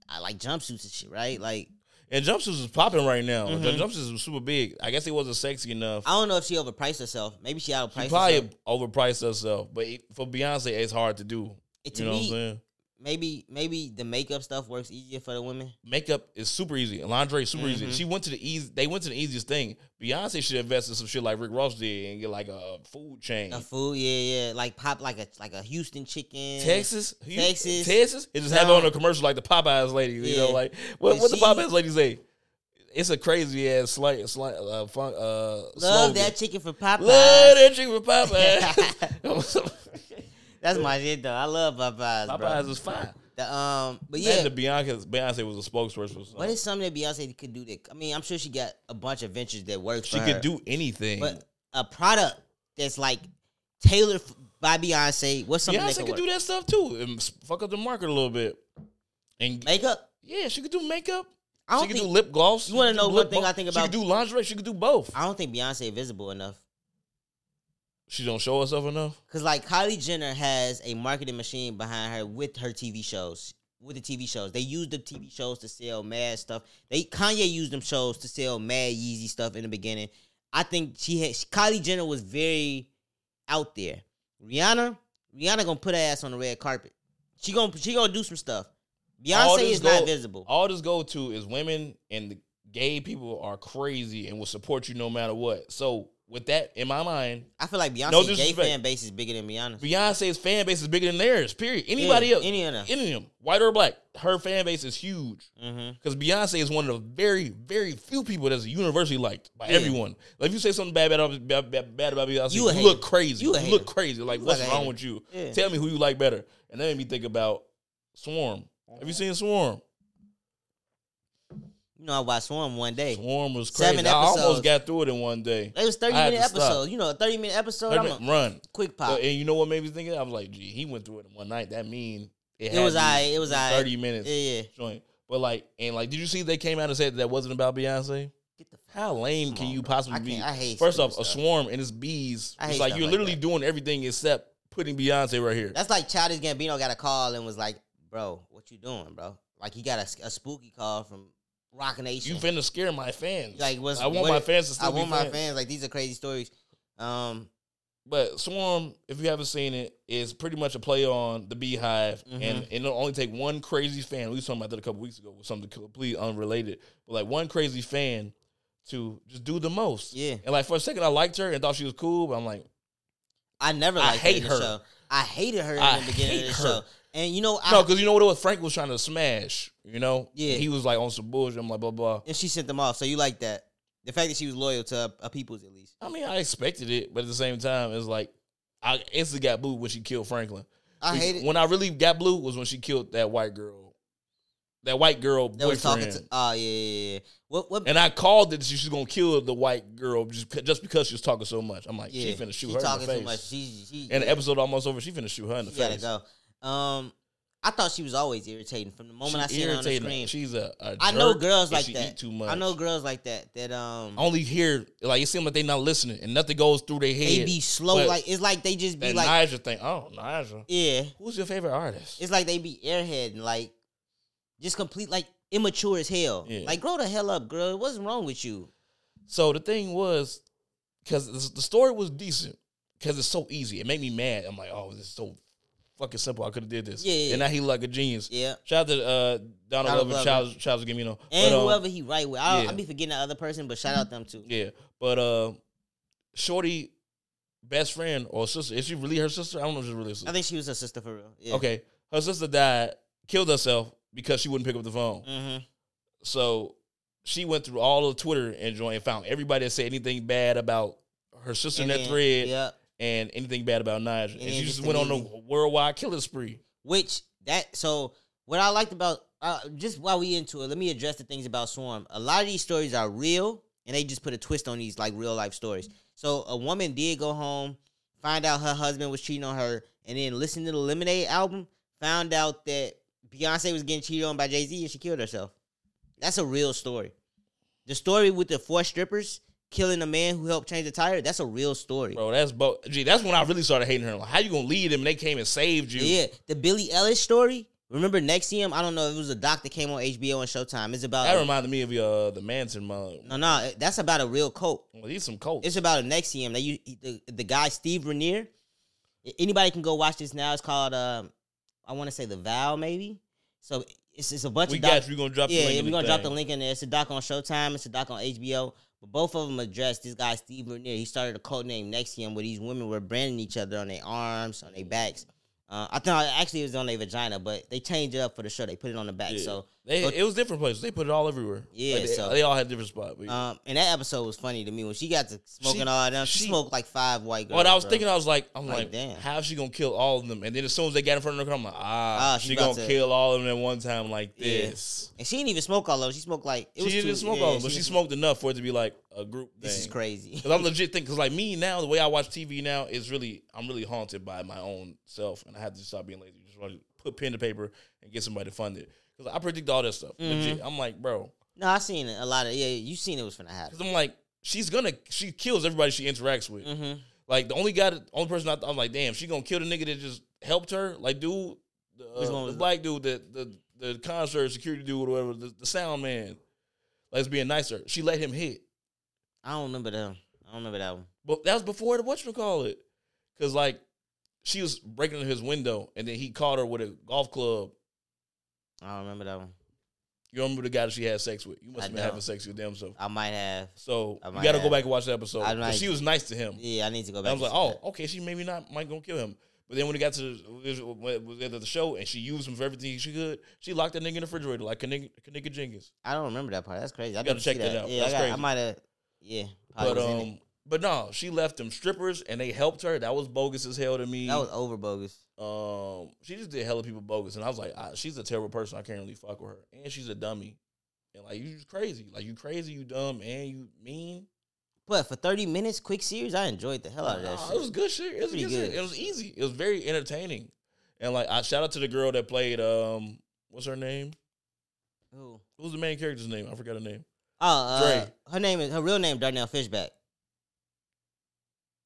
I like jumpsuits and shit, right? Like
And jumpsuits is popping right now. The
Mhm.
jumpsuits was super big. I guess it wasn't sexy enough.
I don't know if she overpriced herself. Maybe
She
she outpriced
probably
herself.
overpriced herself, but it, for Beyonce, it's hard to do.
It, to
You know what I'm
me,
saying?
maybe maybe the makeup stuff works easier for the women.
Makeup is super easy. And lingerie is super easy.
Mhm.
She went to the easy. They went to the easiest thing. Beyonce should invest in some shit like Rick Ross did and get like a food chain.
The food, yeah, yeah, like pop, like a like a Houston chicken.
Texas, You-
Texas.
Texas. It just have
No.
on a commercial like the Popeyes lady. You know,
Yeah.
like what
But
what the
she-
Popeyes lady say? It's a crazy ass slight slight uh, fun, uh
Love
slogan.
that chicken from Popeyes.
love that chick with Popeyes.
That's my shit though. I love Popeyes, bro.
Popeyes is fine.
The, um, but
Yeah,
yeah,
the Beyonce Beyonce was a spokesperson. for
what
something.
is something that Beyonce could do? That I mean, I'm sure she got a bunch of ventures that work.
She
for her,
could do anything.
but a product that's like tailored f- by Beyonce. What's something
Beyonce
that could,
could do
work?
that stuff too and s- fuck up the market a little bit. And
Makeup.
yeah, she could do makeup.
I don't
She could do
think-
lip gloss.
You wanna
She could do
know
lip
one thing
bal-
I think
She
about-
could do lingerie. She could do both.
I don't think Beyonce visible enough.
She don't show herself enough.
Cause like Kylie Jenner has a marketing machine behind her with her TV shows. With the TV shows, they use the TV shows to sell mad stuff. They Kanye used them shows to sell mad Yeezy stuff in the beginning. I think she had Kylie Jenner was very out there. Rihanna, Rihanna gonna put her ass on the red carpet. She gonna she gonna do some stuff.
All
Beyonce
this
is not
go-
visible.
All this go to is women and the gay people are crazy and will support you no matter what. So with that in my mind,
I feel like Beyonce's
No
gay
disrespect.
fan base is bigger than Rihanna's.
Beyonce's fan base is bigger than theirs. Period. Anybody
Yeah,
else, any,
Any of them.
of them, white or black, her fan base is huge.
hmm
Because Beyonce is one of the very, very few people that's universally liked by
Yeah.
everyone. Like if you say something bad, bad, bad, bad, bad about Beyonce,
You
you,
a hater.
look crazy.
You
You,
a hater.
look crazy. Like
You
what's
like a
wrong
hater.
with you?
Yeah.
Tell me who you like better. And that made me think about Swarm. Have you seen Swarm?
You know I watched Swarm one day.
Swarm was crazy.
Seven
I almost
episodes.
got through it in one day.
It was thirty
I had
minute
to stop.
episode. You know, a thirty minute episode. I'm a
run.
quick pop.
So- and you know what made me think of that? I was like, gee, he went through it in one night. That mean it,
It was
I.
I. It was I.
thirty minutes
Yeah, yeah.
joint. But like, and like, did you see they came out and said that wasn't about Beyonce?
Get the fuck.
How lame
Come
can
on,
you
bro.
possibly
I
be?
can't- I hate
First off,
stupid
a
stuff.
swarm and it's bees.
I
it's
hate
like
stuff
you're
like
literally
that.
doing everything except putting Beyonce right here.
That's like Childish Gambino got a call and was like, "Bro, what you doing, bro?" Like he got a, a spooky call from Rock Nation.
you finna scare my fans.
like, what's,
I want
what-
my fans to still
I want
be
my
fans.
fans. Like these are crazy stories. Um,
But Swarm, if you haven't seen it, is pretty much a play on the Beehive,
Mhm.
and it'll only take one crazy fan. We was talking about that a couple weeks ago with something completely unrelated, but like one crazy fan to just do the most.
Yeah.
And like for a second, I liked her and thought she was cool, but I'm like,
I never
I
liked
hate
her.
her.
in The show. I hated her in
I
the beginning
hate
of
her.
the show. And you know, I,
No, because you know what it was? Frank was trying to smash, you know?
Yeah.
He was like on some bullshit. I'm like, blah, blah.
and she sent them off. So you like that? The fact that she was loyal to her, her peoples at least.
I mean, I expected it, but at the same time, it's like, I instantly got blue when she killed Franklin.
I hate it.
When I really got blue was when she killed that white girl. That white girl
That was talking
boyfriend.
to. Oh yeah, yeah, yeah. What? What?
and I called it that she was gonna kill the white girl just, just because she was talking so much. I'm like,
yeah,
she finna shoot
she
her in the
talking
face.
too much. She, she,
And the episode almost over. She finna shoot her in the
she
face.
gotta go. Um, I thought she was always irritating from the moment
She
I see her on the
irritating.
screen.
She's a, a
I know
jerk
girls
and
like
she
that.
Eat too much.
I know girls like that. That um,
I only hear like it seems like they not listening and nothing goes through their head.
they be slow.
But
Like it's like they just be
that
like,
Nigel thing. Oh, Nigel.
yeah.
Who's your favorite artist?
It's like they be airhead and like just complete like immature as hell.
Yeah.
Like grow the hell up, girl. It wasn't wrong with you.
So the thing was, because the story was decent, because it's so easy. It made me mad. I'm like, oh, this is so fucking simple. I could have did this.
Yeah, yeah,
And now he look like a genius.
Yeah.
Shout out to uh, Donald
Donald
Glover,
Glover.
Charles Charles Gambino,
And
but, um,
whoever he right with. I'll,
yeah.
I'll be forgetting the other person, but shout out them too.
Yeah, but uh, Shorty, best friend or sister? Is she really her sister? I don't know. if She's really. Her sister.
I think she was her sister for real. Yeah.
Okay, her sister died, killed herself because she wouldn't pick up the phone.
Mm-hmm.
So she went through all of Twitter and joined and found everybody that said anything bad about her sister in that thread
Yeah.
and anything bad about Nigel. And,
And
she
then
just
just
went on a
immediately-
worldwide killing spree.
Which that so what I liked about uh, just while we into it, let me address the things about Swarm. A lot of these stories are real, and they just put a twist on these like real life stories. So a woman did go home, find out her husband was cheating on her, and then listen to the Lemonade album, found out that Beyonce was getting cheated on by Jay Z, and she killed herself. That's a real story. The story with the four strippers killing the man who helped change the tire, that's a real story.
Bro, that's bo- gee, that's when I really started hating her. Like, how you gonna leave them and they came and saved you?
Yeah, the Billy Ellis story. Remember Nexium? I don't know. It was a doc that came on HBO and Showtime. It's about
That reminded me of uh, the Manson mug.
no, no. That's about a real cult.
Well, these some cults.
It's about a Nexium. That you the, the guy Steve Rainier. Anybody can go watch this now. It's called um, I want to say the Vow maybe. So it's it's a bunch
we
of doc-
got you. We're gonna drop the
yeah,
link.
yeah,
in
we're gonna drop the
thing.
link in there. It's a doc on Showtime. It's a doc on HBO. But both of them address this guy Steve Lanier. He started a code name Nexium where these women were branding each other on their arms, on their backs. Uh, I thought actually it was on their vagina, but they changed it up for the show. They put it on the back.
Yeah.
So,
They,
but-
it was different places. They put it all everywhere.
Yeah,
Like, they,
so-
they all had different spots. But,
um, and that episode was funny to me when she got to smoking
She-
all of them. She,
she-
smoked like five white girls.
but I was
bro.
thinking, I was like, I'm like,
Like, damn.
how's she gonna kill all of them? And then as soon as they got in front of her, I'm like, ah,
Ah, she
she
about
gonna
to-
kill all of them at one time like
Yeah.
this.
and she didn't even smoke all of them. She smoked like it
She
was
didn't
too-
smoke
yeah,
all of them, but she
didn't-
smoked enough for it to be like a group thing.
This is crazy.
Because I'm legit thinking, because like me now, the way I watch TV now is really, I'm really haunted by my own self, and I have to stop being lazy. Just want to put pen to paper and get somebody to fund it. Because I predict all that stuff.
Mm-hmm.
Legit, I'm like, bro,
no, I seen it, a lot of yeah. You seen it was finna happen.
because I'm like, she's gonna, she kills everybody she interacts with.
Mm-hmm.
Like the only guy, that, only person I th- I'm like, damn, she gonna kill the nigga that just helped her. Like, dude, the, uh,
Which one
the
was it?
black dude, the, the the concert security dude, or whatever, the, the sound man, like it's being nicer. She let him hit,
I don't remember them. I don't remember that one.
but that was before the what you call it, because like she was breaking into his window, and then he caught her with a golf club.
I don't remember that one.
You remember the guy that she had sex with? You must
I
have been
don't.
having sex with your damn self.
I might have.
So
I
you
might
got to go
have.
back and watch the episode.
I
'cause
might-
She was nice to him.
Yeah, I need to go
And
back.
I was like,
and see
oh, okay, she maybe not might gonna kill him. But then when it got to the, when- was at the show and she used him for everything she could, she locked that nigga in the refrigerator like Kanika, Kanika Jenkins.
that. I don't remember that part. That's crazy. I
gotta
didn't
check
see
that out.
Yeah,
That's
I, got- I
crazy.
might have. Yeah, probably
But
was in it.
um, but no, she left them strippers and they helped her. That was bogus as hell to me.
that was over bogus.
um, she just did hella people bogus, and I was like, I, she's a terrible person. I can't really fuck with her, and she's a dummy. And like you just crazy, like you crazy, you dumb, and you mean.
But for thirty minutes, quick series, I enjoyed the hell out of that
Nah,
shit.
it was good shit. It was,
Pretty
good shit.
good.
It was easy. It was very entertaining. And like I shout out to the girl that played um what's her name?
Who?
What was the main character's name? I forgot her name.
Oh, uh,
Dre.
her name is her real name Darnell Fishback.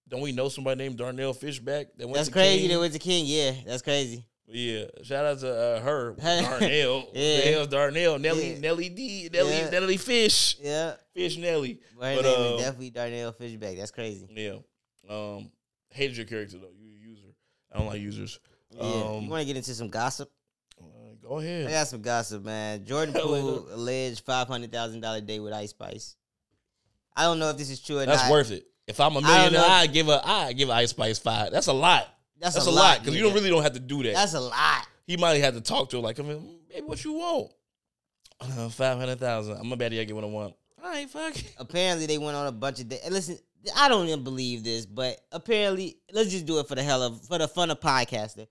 Don't we know somebody named Darnell Fishback that went
That's
to
crazy.
King?
That was the king. Yeah, that's crazy.
yeah. Shout out to uh, her.
Hey.
Darnell. yeah.
Yeah.
The hell's Darnell. Nelly
Yeah.
Nelly D. Nelly
Yeah.
Nelly Fish.
Yeah,
Fish Nelly.
but her
But,
name
um,
is definitely Darnell Fishback. That's crazy.
Yeah. Um hated your character though. You a user. I don't like users.
Yeah,
um,
you want to get into some gossip?
Uh, go ahead.
I got some gossip, man. Jordan
Hell, wait,
Poole alleged five hundred thousand dollar date with Ice Spice. I don't know if this is true or
That's
not.
worth it. If I'm a
don't
millionaire,
know.
I give a I give Ice Spice five. That's a lot. That's, a lot because you
nigga.
don't really don't have to do that.
That's a lot.
He might have to talk to her like, I mean, baby, what you want? Uh, Five hundred thousand. I'm a baddie. I get what I want. All right, fuck. it.
apparently they went on a bunch of dates. Listen, I don't even believe this, but apparently, let's just do it for the hell of for the fun of podcasting.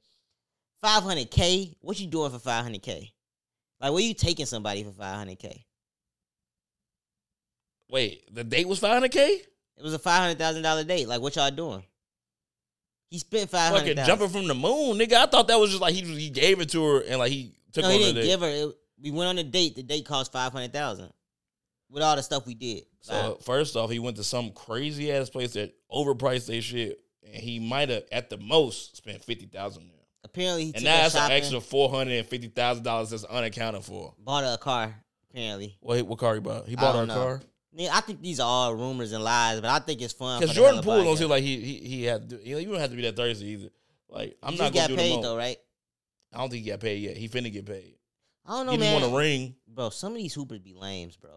Five hundred k. What you doing for five hundred k? Like, where you taking somebody for five hundred k?
Wait, the date was five hundred k.
It was a five hundred thousand dollar date. Like, what y'all doing? He spent five hundred.
Fucking jumping from the moon, nigga. I thought that was just like he he gave it to her and like he took
No,
on
he
the
didn't
date.
give her. It, we went on a date. The date cost five hundred thousand. With all the stuff we did.
So first off, he went to some crazy ass place that overpriced their shit, and he might have at the most spent fifty thousand there.
apparently, he took
And now
her
that's an
shopping,
extra four hundred and fifty thousand dollars that's unaccounted for.
bought her a car. Apparently.
Wait, what car he bought? He bought
I
our
don't know.
car.
Yeah, I think these are all rumors and lies, but I think it's fun.
Because
for the hell
Jordan
of
Poole
podcast.
don't seem like he he he had to do, you, know, you don't have to be that thirsty either. Like I'm
He
not gonna
just got
do the
paid
most.
though, right?
I don't think he got paid yet. He finna get paid.
I don't know,
he just
man.
want a ring.
bro, some of these hoopers be lames, bro.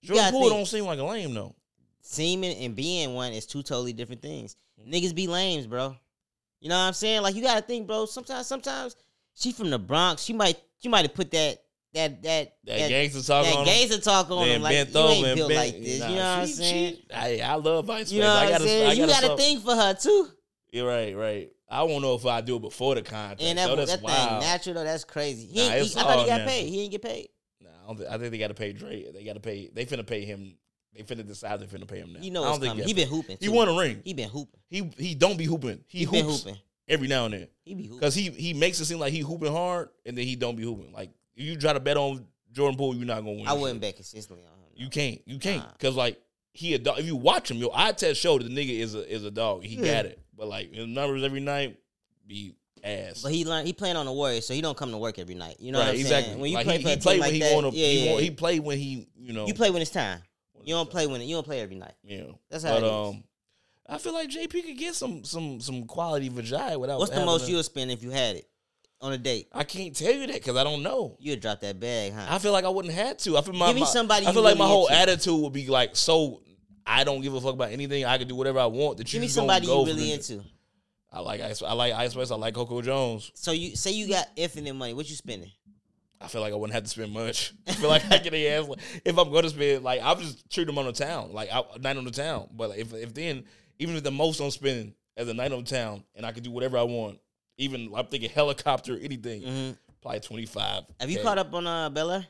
You
Jordan
gotta
Poole
think.
don't seem like a lame though.
Seeming and being one is two totally different things. Niggas be lames, bro. You know what I'm saying? Like you gotta think, bro. Sometimes, sometimes she from the Bronx. She might, she might have put that, that, that,
That gangster talk
that
on him.
gangster talk on
Then
him. Like
bent
you ain't
over and
built
bent-
like this.
Nah,
you know what I'm
she-
saying?
she- I, I love Vice.
you know what
I
I'm
gotta,
saying?
I gotta
you gotta
stop-
think for her too.
You're right, right. I won't know if I do it before the contract.
And
though.
that,
that's
that thing
wild.
natural though. That's crazy. He,
Nah,
ain't- he-
it's
I thought
all
he got
natural.
paid. He didn't get paid.
Nah, I, don't think, I think they got to pay Drake. They got to pay. They finna pay him. They finna decide they finna pay him now.
You know
I don't
what's
think
coming.
got
He
paid.
been hooping.
He
too.
won a ring.
He been hooping.
He he don't be hooping. He,
He
hoops
been hooping.
every now and then
He be hooping.
because he he makes it seem like he hooping hard and then he don't be hooping. Like you try to bet on Jordan Poole, you're not gonna win.
I
shit.
wouldn't bet consistently on him. though.
You can't. You can't.
Nah.
Cause like he a dog. If you watch him, your eye test showed that the nigga is a is a dog. He
Yeah.
got it. But like his numbers every night be ass.
But he learned he playing on the Warriors, so he don't come to work every night. You know what
right,
I'm
exactly.
saying? When you
like,
play
he,
for
he
a team
played
like
when he
that,
want to.
yeah,
he,
yeah,
want-
yeah.
he played when he you know.
you play when it's time.
when
You don't
it's
play when you don't play every night.
up. Yeah.
That's how
But
it is.
um, I feel like JP could get some some some quality vajay without.
What's the
having
most
to-
you'll spend if you had it on a date?
I can't tell you that because I don't know.
You'd drop that bag, huh?
I feel like I wouldn't have to. I feel my,
Give me
my-
somebody
I
you
feel like my
really
whole
into.
attitude would be like so. I don't give a fuck about anything. I can do whatever I want. That you
Give me
just gonna
somebody
go
you
for
really
the-
into.
I like Ice. I like Ice Spice. I like Coco Jones.
So you say you got infinite money. What you spending?
I feel like I wouldn't have to spend much. I feel like I get a ass. Like, if I'm going to spend, like I'm just treat them on the town, like I, night on the town. But if if then even if the most I'm spending as a night on the town, and I can do whatever I want, even I'm thinking helicopter, anything,
hmm
probably twenty five.
Have you caught up on uh, Bel Air?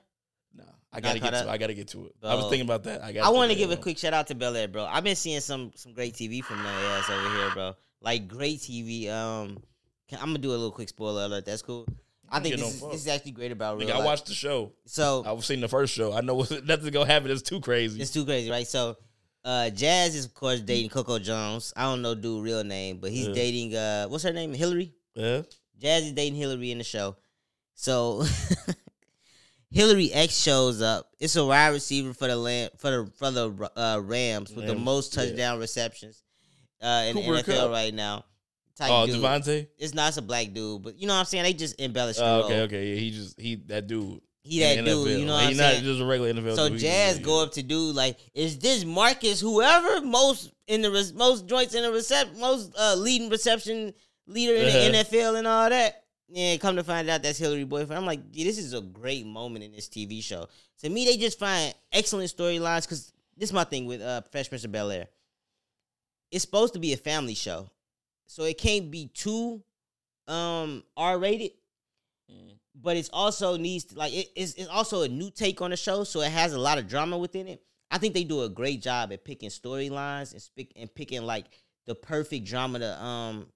No, I gotta
caught
get to.
up?
it. I gotta get to it. I was
Bro.
thinking about that. I got.
I want to give a quick shout out to Bel Air, bro. I've been seeing some some great TV from their ass over here, bro. Like great TV. Um, can, I'm gonna do a little quick spoiler alert. That's cool. I
don't
think
get
this
no
is
fuck.
this is actually great about real
Nigga, I
life.
watched the show.
so
I've seen the first show. I know nothing's gonna happen. It's too crazy.
It's too crazy, right? So, uh, Jazz is of course dating Coco Jones. I don't know dude real name, but he's
Mm. Yeah.
dating uh, what's her name? Hillary.
yeah.
Jazz is dating Hillary in the show. So, Hillary X shows up. It's a wide receiver for the Lam- for the for the uh, Rams with the
Rams,
most
yeah.
touchdown receptions uh, in
Cooper
the NFL
Kupp.
right now. Type
Oh,
dude.
Devontae.
It's not it's a black dude, but you know what I'm saying. They just embellished.
Oh,
the
okay,
role.
okay. Yeah, he just he that dude.
He that
in the
dude.
NFL.
You know
Like,
what I'm
he not
saying.
just a regular NFL.
So
dude. He-
Jazz
yeah.
go up to dude like, is this Marcus whoever most in the re- most joints in the recep most uh, leading reception leader in
Uh-huh.
the NFL and all that? Yeah, come to find out that's Hillary boyfriend. I'm like, yeah, this is a great moment in this TV show. To me, they just find excellent storylines because this is my thing with uh, Fresh Prince of Bel Air. It's supposed to be a family show, so it can't be too um R rated but it's also needs to, like it- it's, it's also a new take on the show, so it has a lot of drama within it. I think they do a great job at picking storylines and speak and picking like the perfect drama to um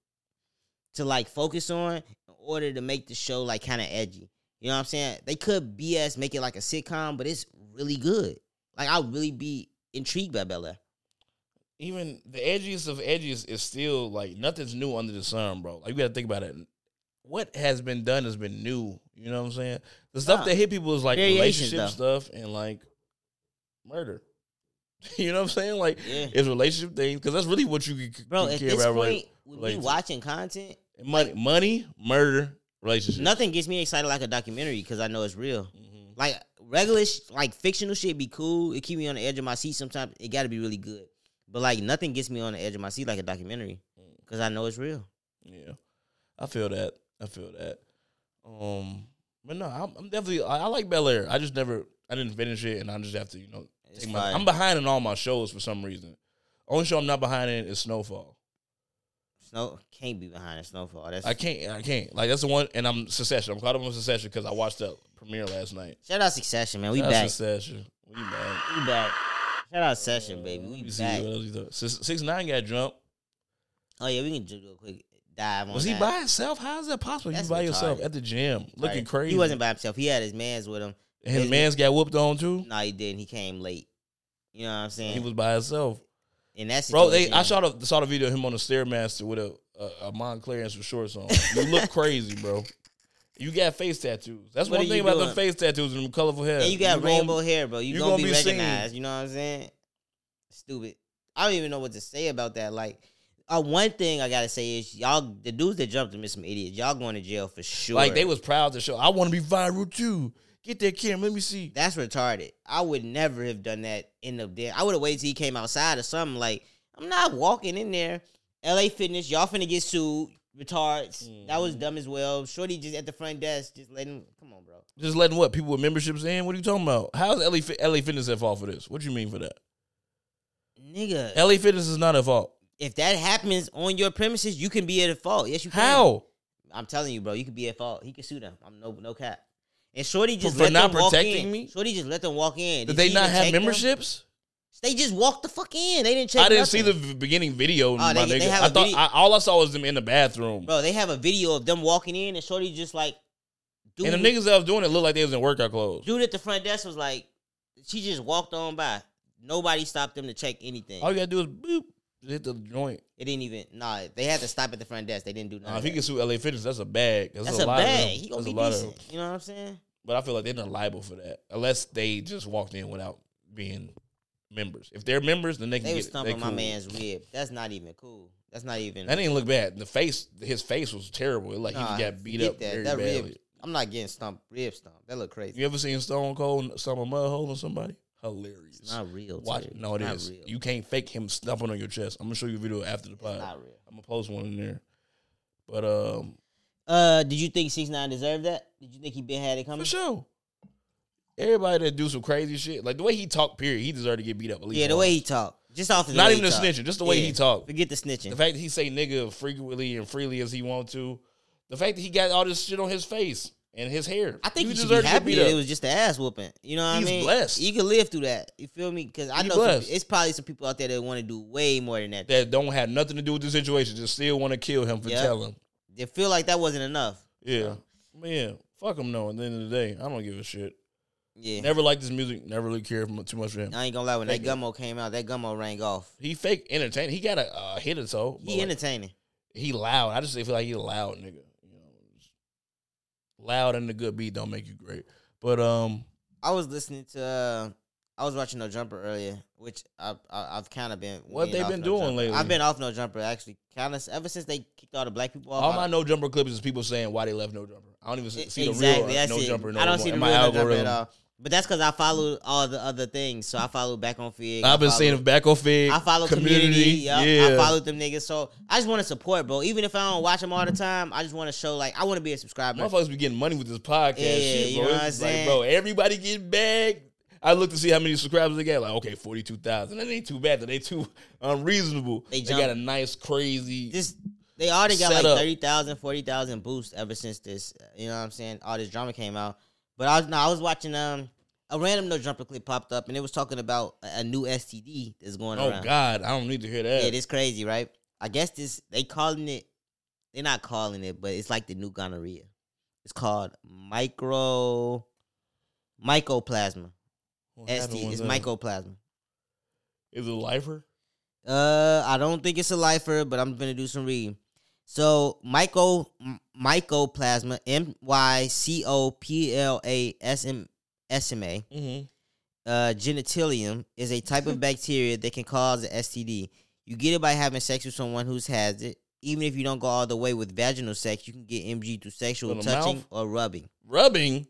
to like focus on in order to make the show like kind of edgy. You know what I'm saying? They could BS make it like a sitcom, but it's really good. Like I'll really be intrigued by Bella.
even the edgiest of edgiest is still like nothing's new under the sun, bro. Like you got to think about it. What has been done has been new. You know what I'm saying? The stuff
Nah.
that hit people is like
Variations,
relationship stuff and like murder. you know what I'm saying? Like
Yeah.
it's relationship things because that's really what you could- could
Bro, at
care
this
about. rela-
point, with me
relate to.
watching content,
money, money, murder, relationship.
nothing gets me excited like a documentary because I know it's real.
Mhm.
Like regular, sh- like fictional shit be cool. It keep me on the edge of my seat. Sometimes it got to be really good, but like nothing gets me on the edge of my seat like a documentary because I know it's real.
Yeah, I feel that. I feel that. Um, but no, I'm, I'm definitely I, I like Bel Air. I just never I didn't finish it, and I just have to you know
It's
take my,
fine.
I'm behind in all my shows for some reason. Only show I'm not behind in is Snowfall.
Snow can't be behind a snowfall. That's
I can't I can't like that's the one, and I'm Succession. I'm caught up on Succession because I watched that premiere last night.
shout out Succession, man. We
That's
back.
Succession. We back.
We back. Shout out Session, baby. We
Let me see
back.
what else you thought. Six, six nine got jumped.
Oh yeah, we can ju- do a quick dive on.
Was he
that.
by himself? How is that possible?
That's
you by yourself
retarded.
at the gym, looking
Right.
crazy.
He wasn't by himself. He had his man's with him.
And his
his-
man's got whooped on too.
No, he didn't. He came late. You know what I'm saying?
He was by himself.
and that's
Bro, they I saw the saw the video of him on the stairmaster with a a, a Montclair and some shorts on. You look crazy, bro. You got face tattoos. That's
What
one
are
thing
you
about them
doing?
face tattoos and them colorful hair.
And you got
gonna-
rainbow hair, bro. You,
you
gonna,
gonna
be,
be seen.
recognized. You know what I'm saying? Stupid. I don't even know what to say about that. Like, uh, one thing I gotta say is y'all, the dudes that jumped him is some idiots. Y'all going to jail for sure.
Like they was proud to show. I want to be viral too. Get that camera. Let me see.
That's retarded. I would never have done that in the day. I would have waited till he came outside or something. Like, I'm not walking in there. LA Fitness, y'all finna get sued. Retards. That was dumb as well. Shorty just at the front desk, just letting come on, bro.
Just letting what people with memberships in. What are you talking about? How's LA, Fit- LA Fitness at fault for this? What you mean for that?
Nigga.
LA Fitness is not at fault.
if that happens on your premises, you can be at fault. Yes, you can.
How
I'm telling you, bro, you could be at fault. He could sue them. I'm no no cap. And Shorty just
for
let
not
them walk
protecting
in.
me?
Shorty just let them walk in.
did
he
they not
even
have
check them?
memberships?
They just walked the fuck in. They didn't check.
I didn't
nothing. Oh,
see the v- beginning video, my
they- they
nigga.
have
I
a
thought
video-
I, all I saw was them in the bathroom,
bro. They have a video of them walking in, and Shorty just like, dude,
and the niggas that was doing it looked like they was in workout clothes.
dude at the front desk was like, she just walked on by. Nobody stopped them to check anything.
All you gotta do is boop, hit the joint.
It didn't even. Nah, they had to stop at the front desk. They didn't do
Nah, if he
nothing.
can sue LA Fitness, that's a bag. That's,
That's
a,
a
lot Of
bag.
them.
He gonna
that's
be
a lot of them.
decent. You know what I'm saying?
But I feel like they're not liable for that unless they just walked in without being members. If they're members, then they can
They
get
was
it. They
thumping my
cool.
man's rib. That's not even cool. That's not even.
That didn't look bad. The face, his face was terrible. It Like
Nah,
he got beat
forget
up very badly.
rib, I'm not getting stumped. Rib stumped. That look crazy.
You ever seen Stone Cold stomp a mud hole on somebody? Hilarious.
It's not real.
Watch,
Terry.
no, it
it's not
is.
Real.
You can't fake him stomping on your chest. I'm gonna show you a video after the
it's
pod.
not real.
I'm gonna post one in there. But um,
Uh, did you think six nine deserved that? Did you think he been had it coming?
for sure, everybody that do some crazy shit, like the way he talked, period, he deserved to get beat up. At least
Yeah, the
once.
way he talked, just off of the
not
way
even
he
the
talk.
snitching, just the way
Yeah.
he talked.
Forget the
The
snitching.
fact that he say nigga frequently and freely as he want to, the fact that he got all this shit on his face and his hair,
I think
You
you should be happy that it
up.
was just an ass whooping. You know what
He's
I mean?
blessed.
You can live through that. You feel me? Because I
He
know some-
blessed.
it's probably some people out there that want to do way more than that.
that don't have nothing to do with the situation, just still want to kill him for
Yeah.
telling.
They feel like that wasn't enough.
Yeah, man, fuck him. No, at the end of the day, I don't give a shit.
Yeah,
Never liked his music. Never really cared mu- too much for him.
I ain't gonna lie. When that
Thank you.
gummo came out, that gummo rang off.
He fake entertaining. He got a uh, hit or so. but,
He
like,
entertaining.
he loud. I just feel like he a loud nigga. You know, just loud and a good beat don't make you great. But um,
I was listening to. Uh, I was watching No Jumper earlier, which I, I I've kind of been.
What
weaning
they
off
been
No
doing
Jumper.
lately?
I've been off No Jumper actually, kind of ever since they kicked all the black people off.
all
Oh, I-
my no jumper clips is people saying why they left no jumper. I don't even see,
e-
see the real
that's
no
it.
jumper. No
I don't
more
see the
in
real
my
No Jumper
algorithm.
at all. But that's because I followed all the other things. So I followed back on Fig. I
I've been
followed-
seeing back off fig.
I follow community. yup.
Yeah,
I followed them niggas. So I just want to support, bro. Even if I don't watch them all the time, I just want to show like I want to be a subscriber.
motherfuckers be getting money with this podcast
Yeah,
shit,
you
bro.
know
It's
what I'm
just like,
saying?
bro, everybody get back. I looked to see how many subscribers they got. Like, okay, forty two thousand. That ain't too bad. That ain't too unreasonable.
They
They,
jump-
got a nice, crazy.
This they already got
Set
like
up.
30,000, 40,000 boosts ever since this. You know what I'm saying? All this drama came out. But I was no, I was watching um a random no jumper clip popped up and it was talking about a, a new STD that's going
oh
around.
God, I don't need to hear that.
Yeah, it's crazy, right? I guess this they calling it they're not calling it, but it's like the new gonorrhea. It's called micro mycoplasma.
What happened
ST
was
is
that-
mycoplasma.
Is it a lifer?
Uh, I don't think it's a lifer, but I'm gonna do some reading. So, myco m- mycoplasma, M Y C O P L A S M S M A,
Mm-hmm.
uh, genitalium is a type of bacteria that can cause an STD. You get it by having sex with someone who's has it. Even if you don't go all the way with vaginal sex, you can get MG through sexual
From the
touching
mouth?
or rubbing.
Rubbing.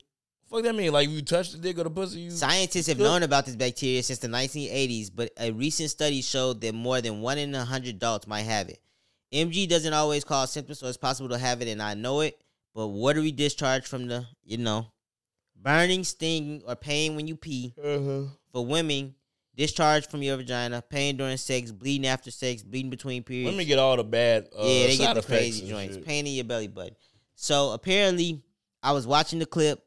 Fuck that mean. Like you touch the dick or the pussy. You
Scientists have
Good.
known about this bacteria since the 1980s, but a recent study showed that more than one in a 100 adults might have it. MG doesn't always cause symptoms, so it's possible to have it and not know it. But what do we discharge from the, you know, burning, stinging, or pain when you pee?
Uh-huh.
For women, discharge from your vagina, pain during sex, bleeding after sex, bleeding between periods.
Women get all the bad. Uh,
yeah, they
side
get the
effects
crazy
and
joints,
shit.
pain in your belly button. So apparently, I was watching the clip.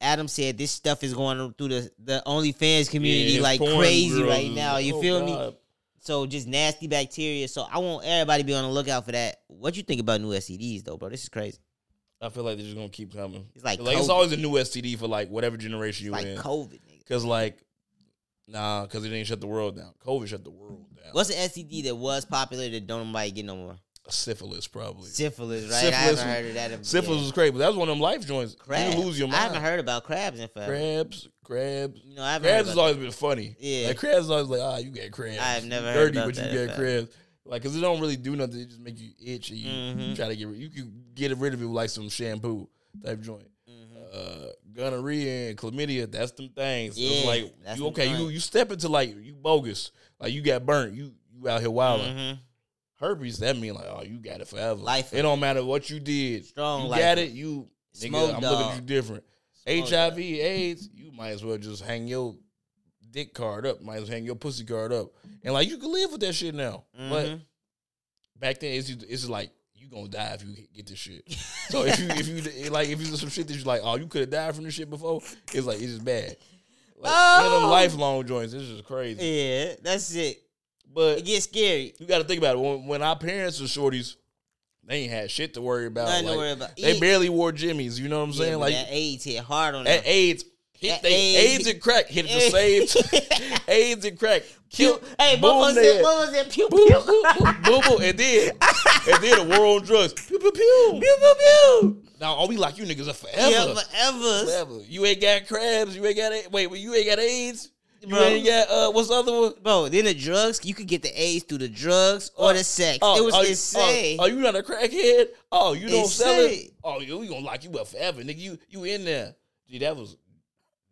Adam said this stuff is going on through the the OnlyFans community
Yeah,
like
porn
crazy
girls
right
is-
now. You
oh,
feel me?
God.
So just nasty bacteria. So I want everybody to be on the lookout for that. What you think about new STDs though, bro? This is crazy.
I feel like they're just gonna keep coming.
It's like
it's
COVID.
always a new STD for like whatever generation you
Like
in.
COVID, nigga.
Cause like, nah, cause it didn't shut the world down. COVID shut the world down.
What's an STD that was popular that don't nobody get no more?
Syphilis probably.
Syphilis, right? I
Syphilis
haven't
was-
heard of that. in-
Syphilis
yeah.
was crazy, but that was one of them life joints.
crabs.
You lose your
I
mind.
haven't heard about crabs in forever.
crabs, crabs.
You know, I haven't heard
Crabs
about
has always been funny.
Yeah.
like, crabs is always like, ah, you get crabs.
I have never
You
heard
dirty,
about
but
that,
you get
but-
crabs. Like, cause it don't really do nothing. It just make you itch. And you
Mhm.
try to get rid. You can get rid of it with like some shampoo type joint.
Mhm.
uh, gonorrhea and chlamydia. That's them things. it's
Yeah,
like
that's
you
them
okay. You
things.
you step into like you bogus. Like you got burnt. You you out here wilding.
Mhm.
Herpes. That mean like oh you got it forever.
Life.
It don't matter what you did.
Strong
You
life.
got it. You nigga.
Smoke
I'm looking
dog.
at you different.
Smoke
HIV AIDS. You might as well just hang your dick card up. Might as well hang your pussy card up. And like you can live with that shit now. But
Mhm.
back then it's just, it's just like you gonna die if you get this shit. so if you if you like if you do some shit that you like, oh, you could have died from this shit before. It's like it's just bad. Like, One of
Oh!
them lifelong joints. It's just crazy.
yeah, that's it. It
But
gets scary.
you got to think about it. When, when our parents were shorties, they ain't had shit to worry about.
Nothing to
Like,
worry about.
They
Eat.
barely wore jimmies. You know what I'm
Yeah,
saying?
but
Like
that AIDS hit hard on
at
that.
AIDS. Hit
That
they,
AIDS-
AIDS, and crack hit at the same time. AIDS and crack. Kill,
Hey,
boom,
what was
they
it?
had-
What was it? Pew
Boom,
pew.
boom, boom, boom, boom, and then and then the war on drugs. Pew pew pew.
Pew pew pew.
Now all we like you niggas are forever.
Yeah, forever.
Forever. You ain't got crabs. You ain't got a- wait. well, You ain't got AIDS. You
Bro.
ain't got uh, what's the other one?
Bro, then the drugs, you could get the AIDS through the drugs or the sex. it was
are you-
insane.
Oh, are you not a crackhead? Oh, you don't sell it.
Insane.
Oh, you we gonna lock you up forever, nigga. You you in there? Gee, that was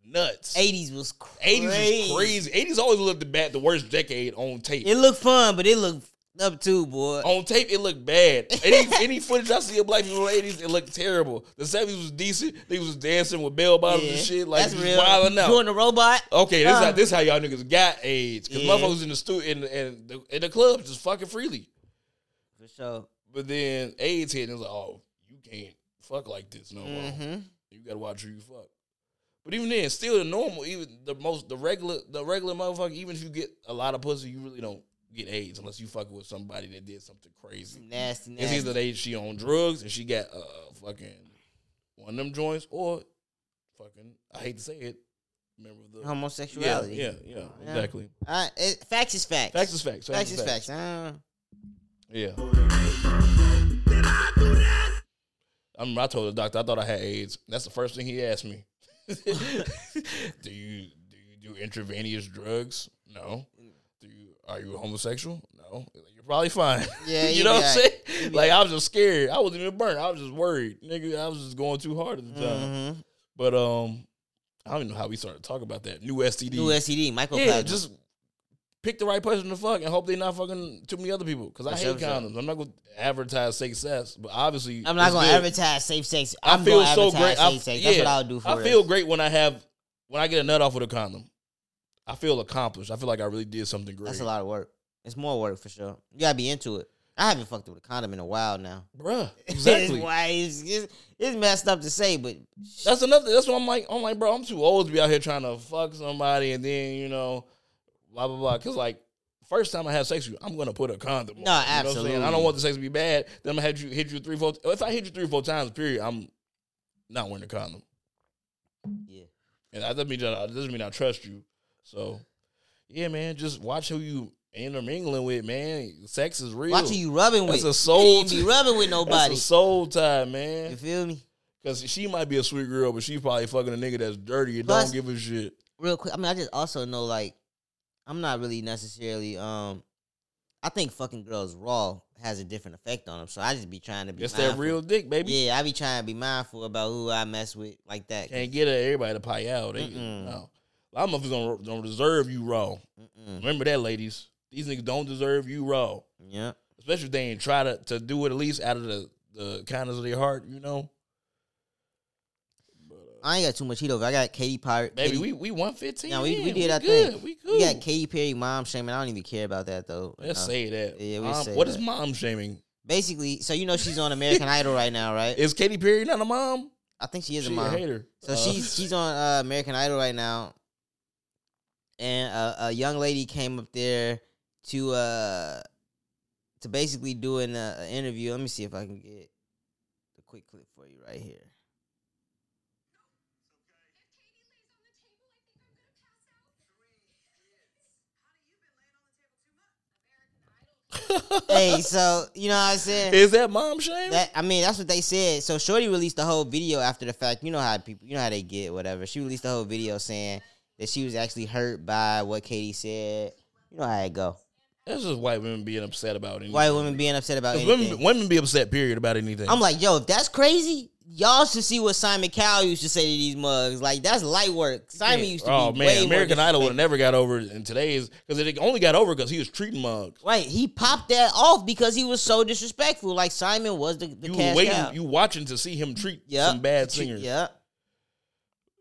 nuts.
80s was crazy.
Eighties was crazy. Eighties always looked the bad, the worst decade on tape.
It looked fun, but it looked up too, boy.
On tape, it looked bad. Any any footage I see of black people in the eighties, it looked terrible. The seventies was decent. They was dancing with bell bottoms
Yeah.
and shit, like
That's
just
real.
wilding out.
Doing the robot.
okay, this is how
Uh.
this how y'all niggas got AIDS because
Yeah.
motherfuckers in the stu in, the- in the in the club just fucking freely.
For sure.
But then AIDS hit and it's like, oh, you can't fuck like this no more.
Mm-hmm.
You gotta watch who you fuck. But even then, still the normal, even the most the regular the regular motherfucker, even if you get a lot of pussy, you really don't get AIDS unless you fuck with somebody that did something crazy.
Nasty,
It's
nasty.
either they she on drugs and she got uh fucking one of them joints or fucking I hate to say it, member of the yeah,
Homosexuality.
yeah, yeah,
Yeah.
exactly.
Uh, it, facts is facts.
Facts is facts.
facts is facts. Uh,
Yeah. I remember I told the doctor I thought I had AIDS. That's the first thing he asked me. do you do you do intravenous drugs? No. Do you are you homosexual? No. He's like, You're probably fine.
Yeah,
you
you
know
be
what I'm
all right.
saying? Like I was just scared. I wasn't even burnt. I was just worried. Nigga, I was just going too hard at the time.
mhm.
But um I don't even know how we started talking about that. New STD.
New STD, microplasma.
Yeah, just pick the right person to fuck and hope they not fucking too many other people. Because I
For
hate
sure, for sure.
condoms. I'm not gonna advertise success, but obviously
I'm not
it's
gonna
good.
advertise safe sex.
I
I'm
feel
gonna
so
advertise
great. I,
Safe sex.
yeah,
That's what I'll do for
I
us.
feel great when I have when I get a nut off with a condom. I feel accomplished. I feel like I really did something great.
That's a lot of work. It's more work for sure. You gotta be into it. I haven't fucked with a condom in a while now.
bruh. Exactly.
it's, why it's, it's, it's messed up to say, but
That's another. That's what I'm like. I'm like, bro, I'm too old to be out here trying to fuck somebody and then you know, blah blah blah. Because like, first time I have sex with you, I'm gonna put a condom. on, you know what
No,
I'm saying? I
absolutely.
don't want the sex to be bad. Then I'm gonna hit you, hit you three, four. If I hit you three, four times, period, I'm not wearing a condom.
yeah,
And that doesn't mean that that doesn't mean I trust you. So, yeah, man, just watch who you intermingling with, man. Sex is real.
watching you rubbing with.
That's a soul.
You be rubbing with
That's a
nobody.
soul tie,
You
man.
feel me?
Because she might be a sweet girl, but she probably fucking a nigga that's dirty and
Plus-
don't give a shit.
Real quick. I mean, I just also know like I'm not really necessarily. um I think fucking girls raw has a different effect on them, so I just be trying to be.
It's that
mindful.
real dick, baby.
Yeah, I be trying to be mindful about who I mess with like that. 'cause-
Can't get it. Everybody to pie out. They,
Mm-mm. Mm.
no. A lot of motherfuckers don't, don't deserve you raw.
Mm-mm.
Remember that, ladies. These niggas don't deserve you raw.
Yeah.
Especially if they ain't try to, to do it at least out of the, the kindness of their heart, you know? uh,
I ain't got too much heat over. I got Katy Perry.
Baby,
Katy-
we we one fifteen.
No, we- we did our
good.
thing.
We good.
we got Katy Perry mom shaming. I don't even care about that though.
Let's
Uh,
say that.
Yeah, we
Mom-
say
what
that.
is mom shaming?
Basically, so you know she's on American Idol right now, right?
Is Katy Perry not a mom?
I think she is
she
a mom.
hater.
So
Uh,
she's she's on uh, American Idol right now, and a, a young lady came up there to uh to basically do an uh, an interview. Let me see if I can get a quick clip for you right here.
Uh,
hey, so you know what I'm saying?
is that mom shaming?
That I mean, that's what they said. So Shorty released the whole video after the fact. You know how people, you know how they get whatever. She released the whole video saying that she was actually hurt by what Katie said. You know how it go.
That's just white women being upset about anything.
White women being upset about
'Cause
anything.
women, women be upset. Period about anything.
I'm like, yo, if that's crazy, y'all should see what Simon Cowell used to say to these mugs. Like that's light work. Simon used to
oh
be
man,
way
American
more
Idol would have never
disrespectful.
got over it in today's because it only got over because he was treating mugs.
Right, he popped that off because he was so disrespectful. Like Simon was the, the
You
cash
waiting,
cow.
you watching to see him treat
Yup.
some bad singers,
Yup.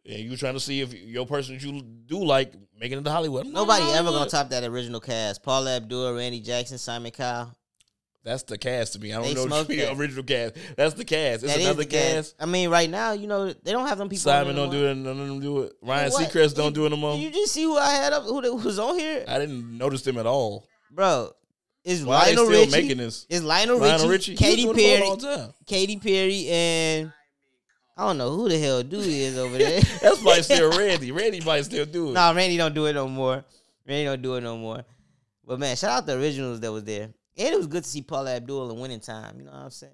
and you trying to see if your person that you do like making it to Hollywood. I'm not
Nobody ever
Hollywood.
gonna top that original cast. Paul Abdul, Randy Jackson, Simon Cowell.
That's the cast to me. I
They
don't know
smoked
the
that.
original cast. That's the cast. It's
That is
another
the cast.
cast.
I mean, right now, you know, they don't have them people.
Simon don't do it. None of them do it. Ryan
What?
Seacrest don't
You-
do it no more.
You just see who I had up, who that was on here,
I didn't notice them at all.
bro. Is
Why are they
Lionel
still
Richie?
making this?
Is Lionel,
Lionel
Richie?
Richie,
Katy Perry?
all the time.
Katy Perry and I don't know who the hell dude is over there.
That's probably still Randy. Randy might still do it.
Nah, Randy don't do it no more. Randy don't do it no more. But man, shout out the originals that was there. And it was good to see Paula Abdul in winning time. You know what I'm saying?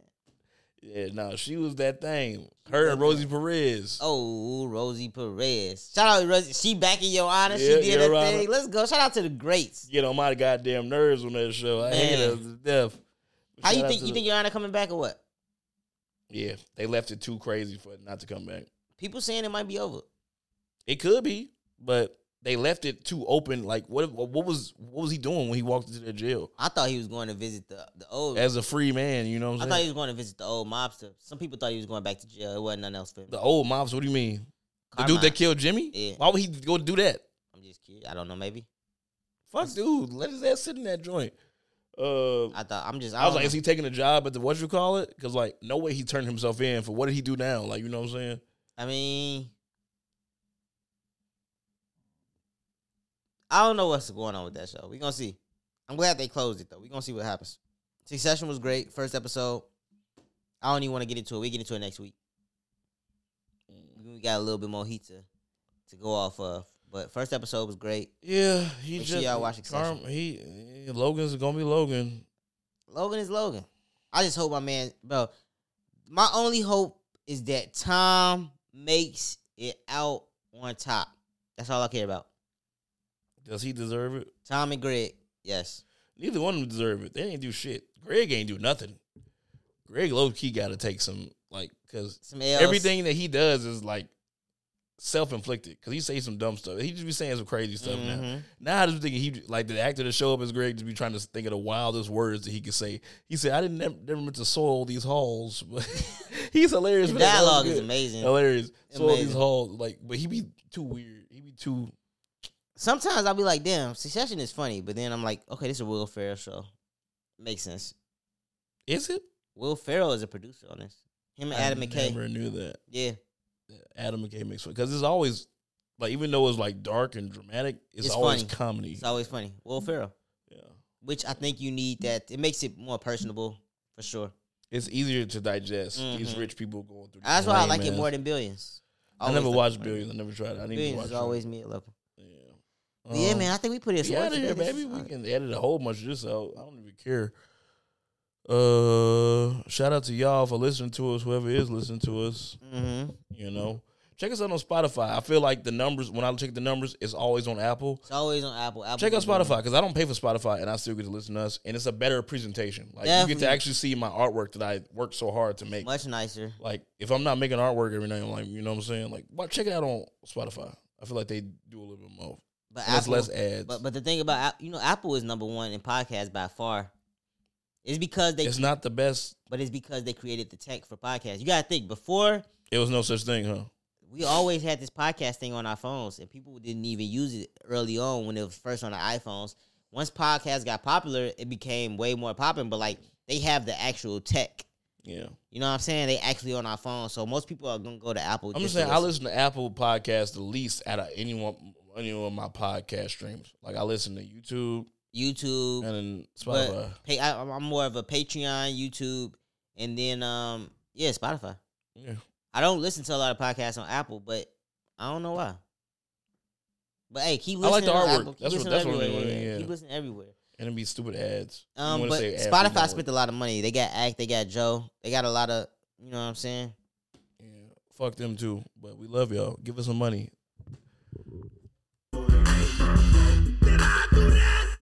Yeah, no, she was that thing. Her and Rosie Perez.
Oh, Rosie Perez. Shout out to Rosie. She back in your honor.
Yeah,
she did
Your
her
Honor.
thing. Let's go. Shout out to the greats.
Get on my goddamn nerves on that show. I hate
Man.
her to death.
How you
Shout out
think
to
you
the-
think Your Honor coming back or what?
Yeah, they left it too crazy for it not to come back.
People saying it might be over.
It could be, but they left it too open. Like what? What was? What was he doing when he walked into that jail
I thought he was going to visit the the old.
as a free man? You know what
I
I'm
thought
saying?
he was going to visit the old mobster. Some people thought he was going back to jail. It wasn't nothing else for him.
the old mobs. What do you mean? The dude
Carmine.
that killed Jimmy?
Yeah.
Why would he go do that?
I'm just kidding. I don't know. Maybe
Fuck, dude. Let his ass sit in that joint. Uh,
I thought I'm just. I,
I was like,
don't
is
know.
he taking a job at the what you call it? Because like, no way he turned himself in for what did he do now? Like, you know what I'm saying?
I mean, I don't know what's going on with that show. We gonna see. I'm glad they closed it though. We gonna see what happens. Succession was great. First episode. I don't even want to get into it. We get into it next week. We got a little bit more heat to to go off of. But first episode was great.
Yeah, he
Make
just
sure y'all watch Succession.
Carm- he, eh, Logan's gonna be Logan.
Logan is Logan. I just hope my man, bro. My only hope is that Tom makes it out on top. That's all I care about.
Does he deserve it?
Tom and Greg. Yes.
Neither one of them deserve it. They didn't do shit. Greg ain't do nothing. Greg low key got to take some like because
Some L's.
everything that he does is like self inflicted because he say some dumb stuff. He just be saying some crazy stuff now.
Mhm.
Now I just think he like the actor to show up as Greg just be trying to think of the wildest words that he could say. He said, "I didn't never, never meant to soil these halls," but he's hilarious.
The
but that was
dialogue is
good. Oh,
amazing.
Hilarious. Soil
Amazing.
these halls, like, but he be too weird. He be too.
Sometimes I'll be like, damn, Succession is funny. But then I'm like, okay, this is a Will Ferrell show. Makes sense.
Is it?
Will Ferrell is a producer on this. Him and Adam
I
McKay.
Never knew that.
Yeah.
Adam McKay makes fun because it's always like even though it's like dark and dramatic, it's,
It's
always
funny.
comedy.
It's always funny. Will Ferrell.
yeah.
Which I think you need that. It makes it more personable for sure.
It's easier to digest. These
Mhm.
rich people going through.
That's why I like it more
Than
than Billions.
I never
Always
watched
like-
Billions. I never tried. it. I need to
Billions
watch.
is
it.
always me at level.
Yeah.
But yeah,
Um,
man, I think we put it.
We out of here, baby. We can edit a whole bunch of this out. I don't even care. Uh, shout out to y'all for listening to us. Whoever is listening to us,
hmm
you know, check us out on Spotify. I feel like the numbers when I check the numbers, it's always on Apple.
It's always on Apple. Apple
Check out
is one.
Spotify because I don't pay for Spotify and I still get to listen to us, and it's a better presentation. Like you get
Definitely.
to actually see my artwork that I worked so hard to make.
Much nicer.
Like if I'm not making artwork every night, I'm like, you know what I'm saying? Like, why check it out on Spotify? I feel like they do a little bit more.
But
That's
Apple,
less ads.
But but the thing about App- you know Apple is number one in podcasts by far. It's because they,
it's not the best.
but it's because they created the tech for podcasts. You gotta think before
It was no such thing, huh?
we always had this podcast thing on our phones, and people didn't even use it early on when it was first on the iPhones. Once podcasts got popular, it became way more popular. But like they have the actual tech.
Yeah.
You know what I'm saying? They actually on our phones, so most people are gonna go to Apple.
I'm just
just to
saying I
listen.
listen to Apple Podcasts the least out of anyone any of my podcast streams. Like I listen to YouTube
YouTube.
and then
but
Spotify.
pa- I, I'm- I'm more of a Patreon, YouTube, and then um yeah, Spotify.
yeah.
I don't listen to a lot of podcasts on Apple, but I don't know why. But hey, keep
I
listening.
like the
on
artwork.
Apple. Keep
That's what-
listening
that's what I'm
everywhere.
doing, yeah.
Keep listening everywhere.
And it'd be stupid ads. You
Um,
wanna
but
say ad-free
Spotify
network.
spent a lot of money. They got Act, they got Joe, they got a lot of you know what I'm saying.
Yeah. Fuck them too. But we love y'all. Give us some money.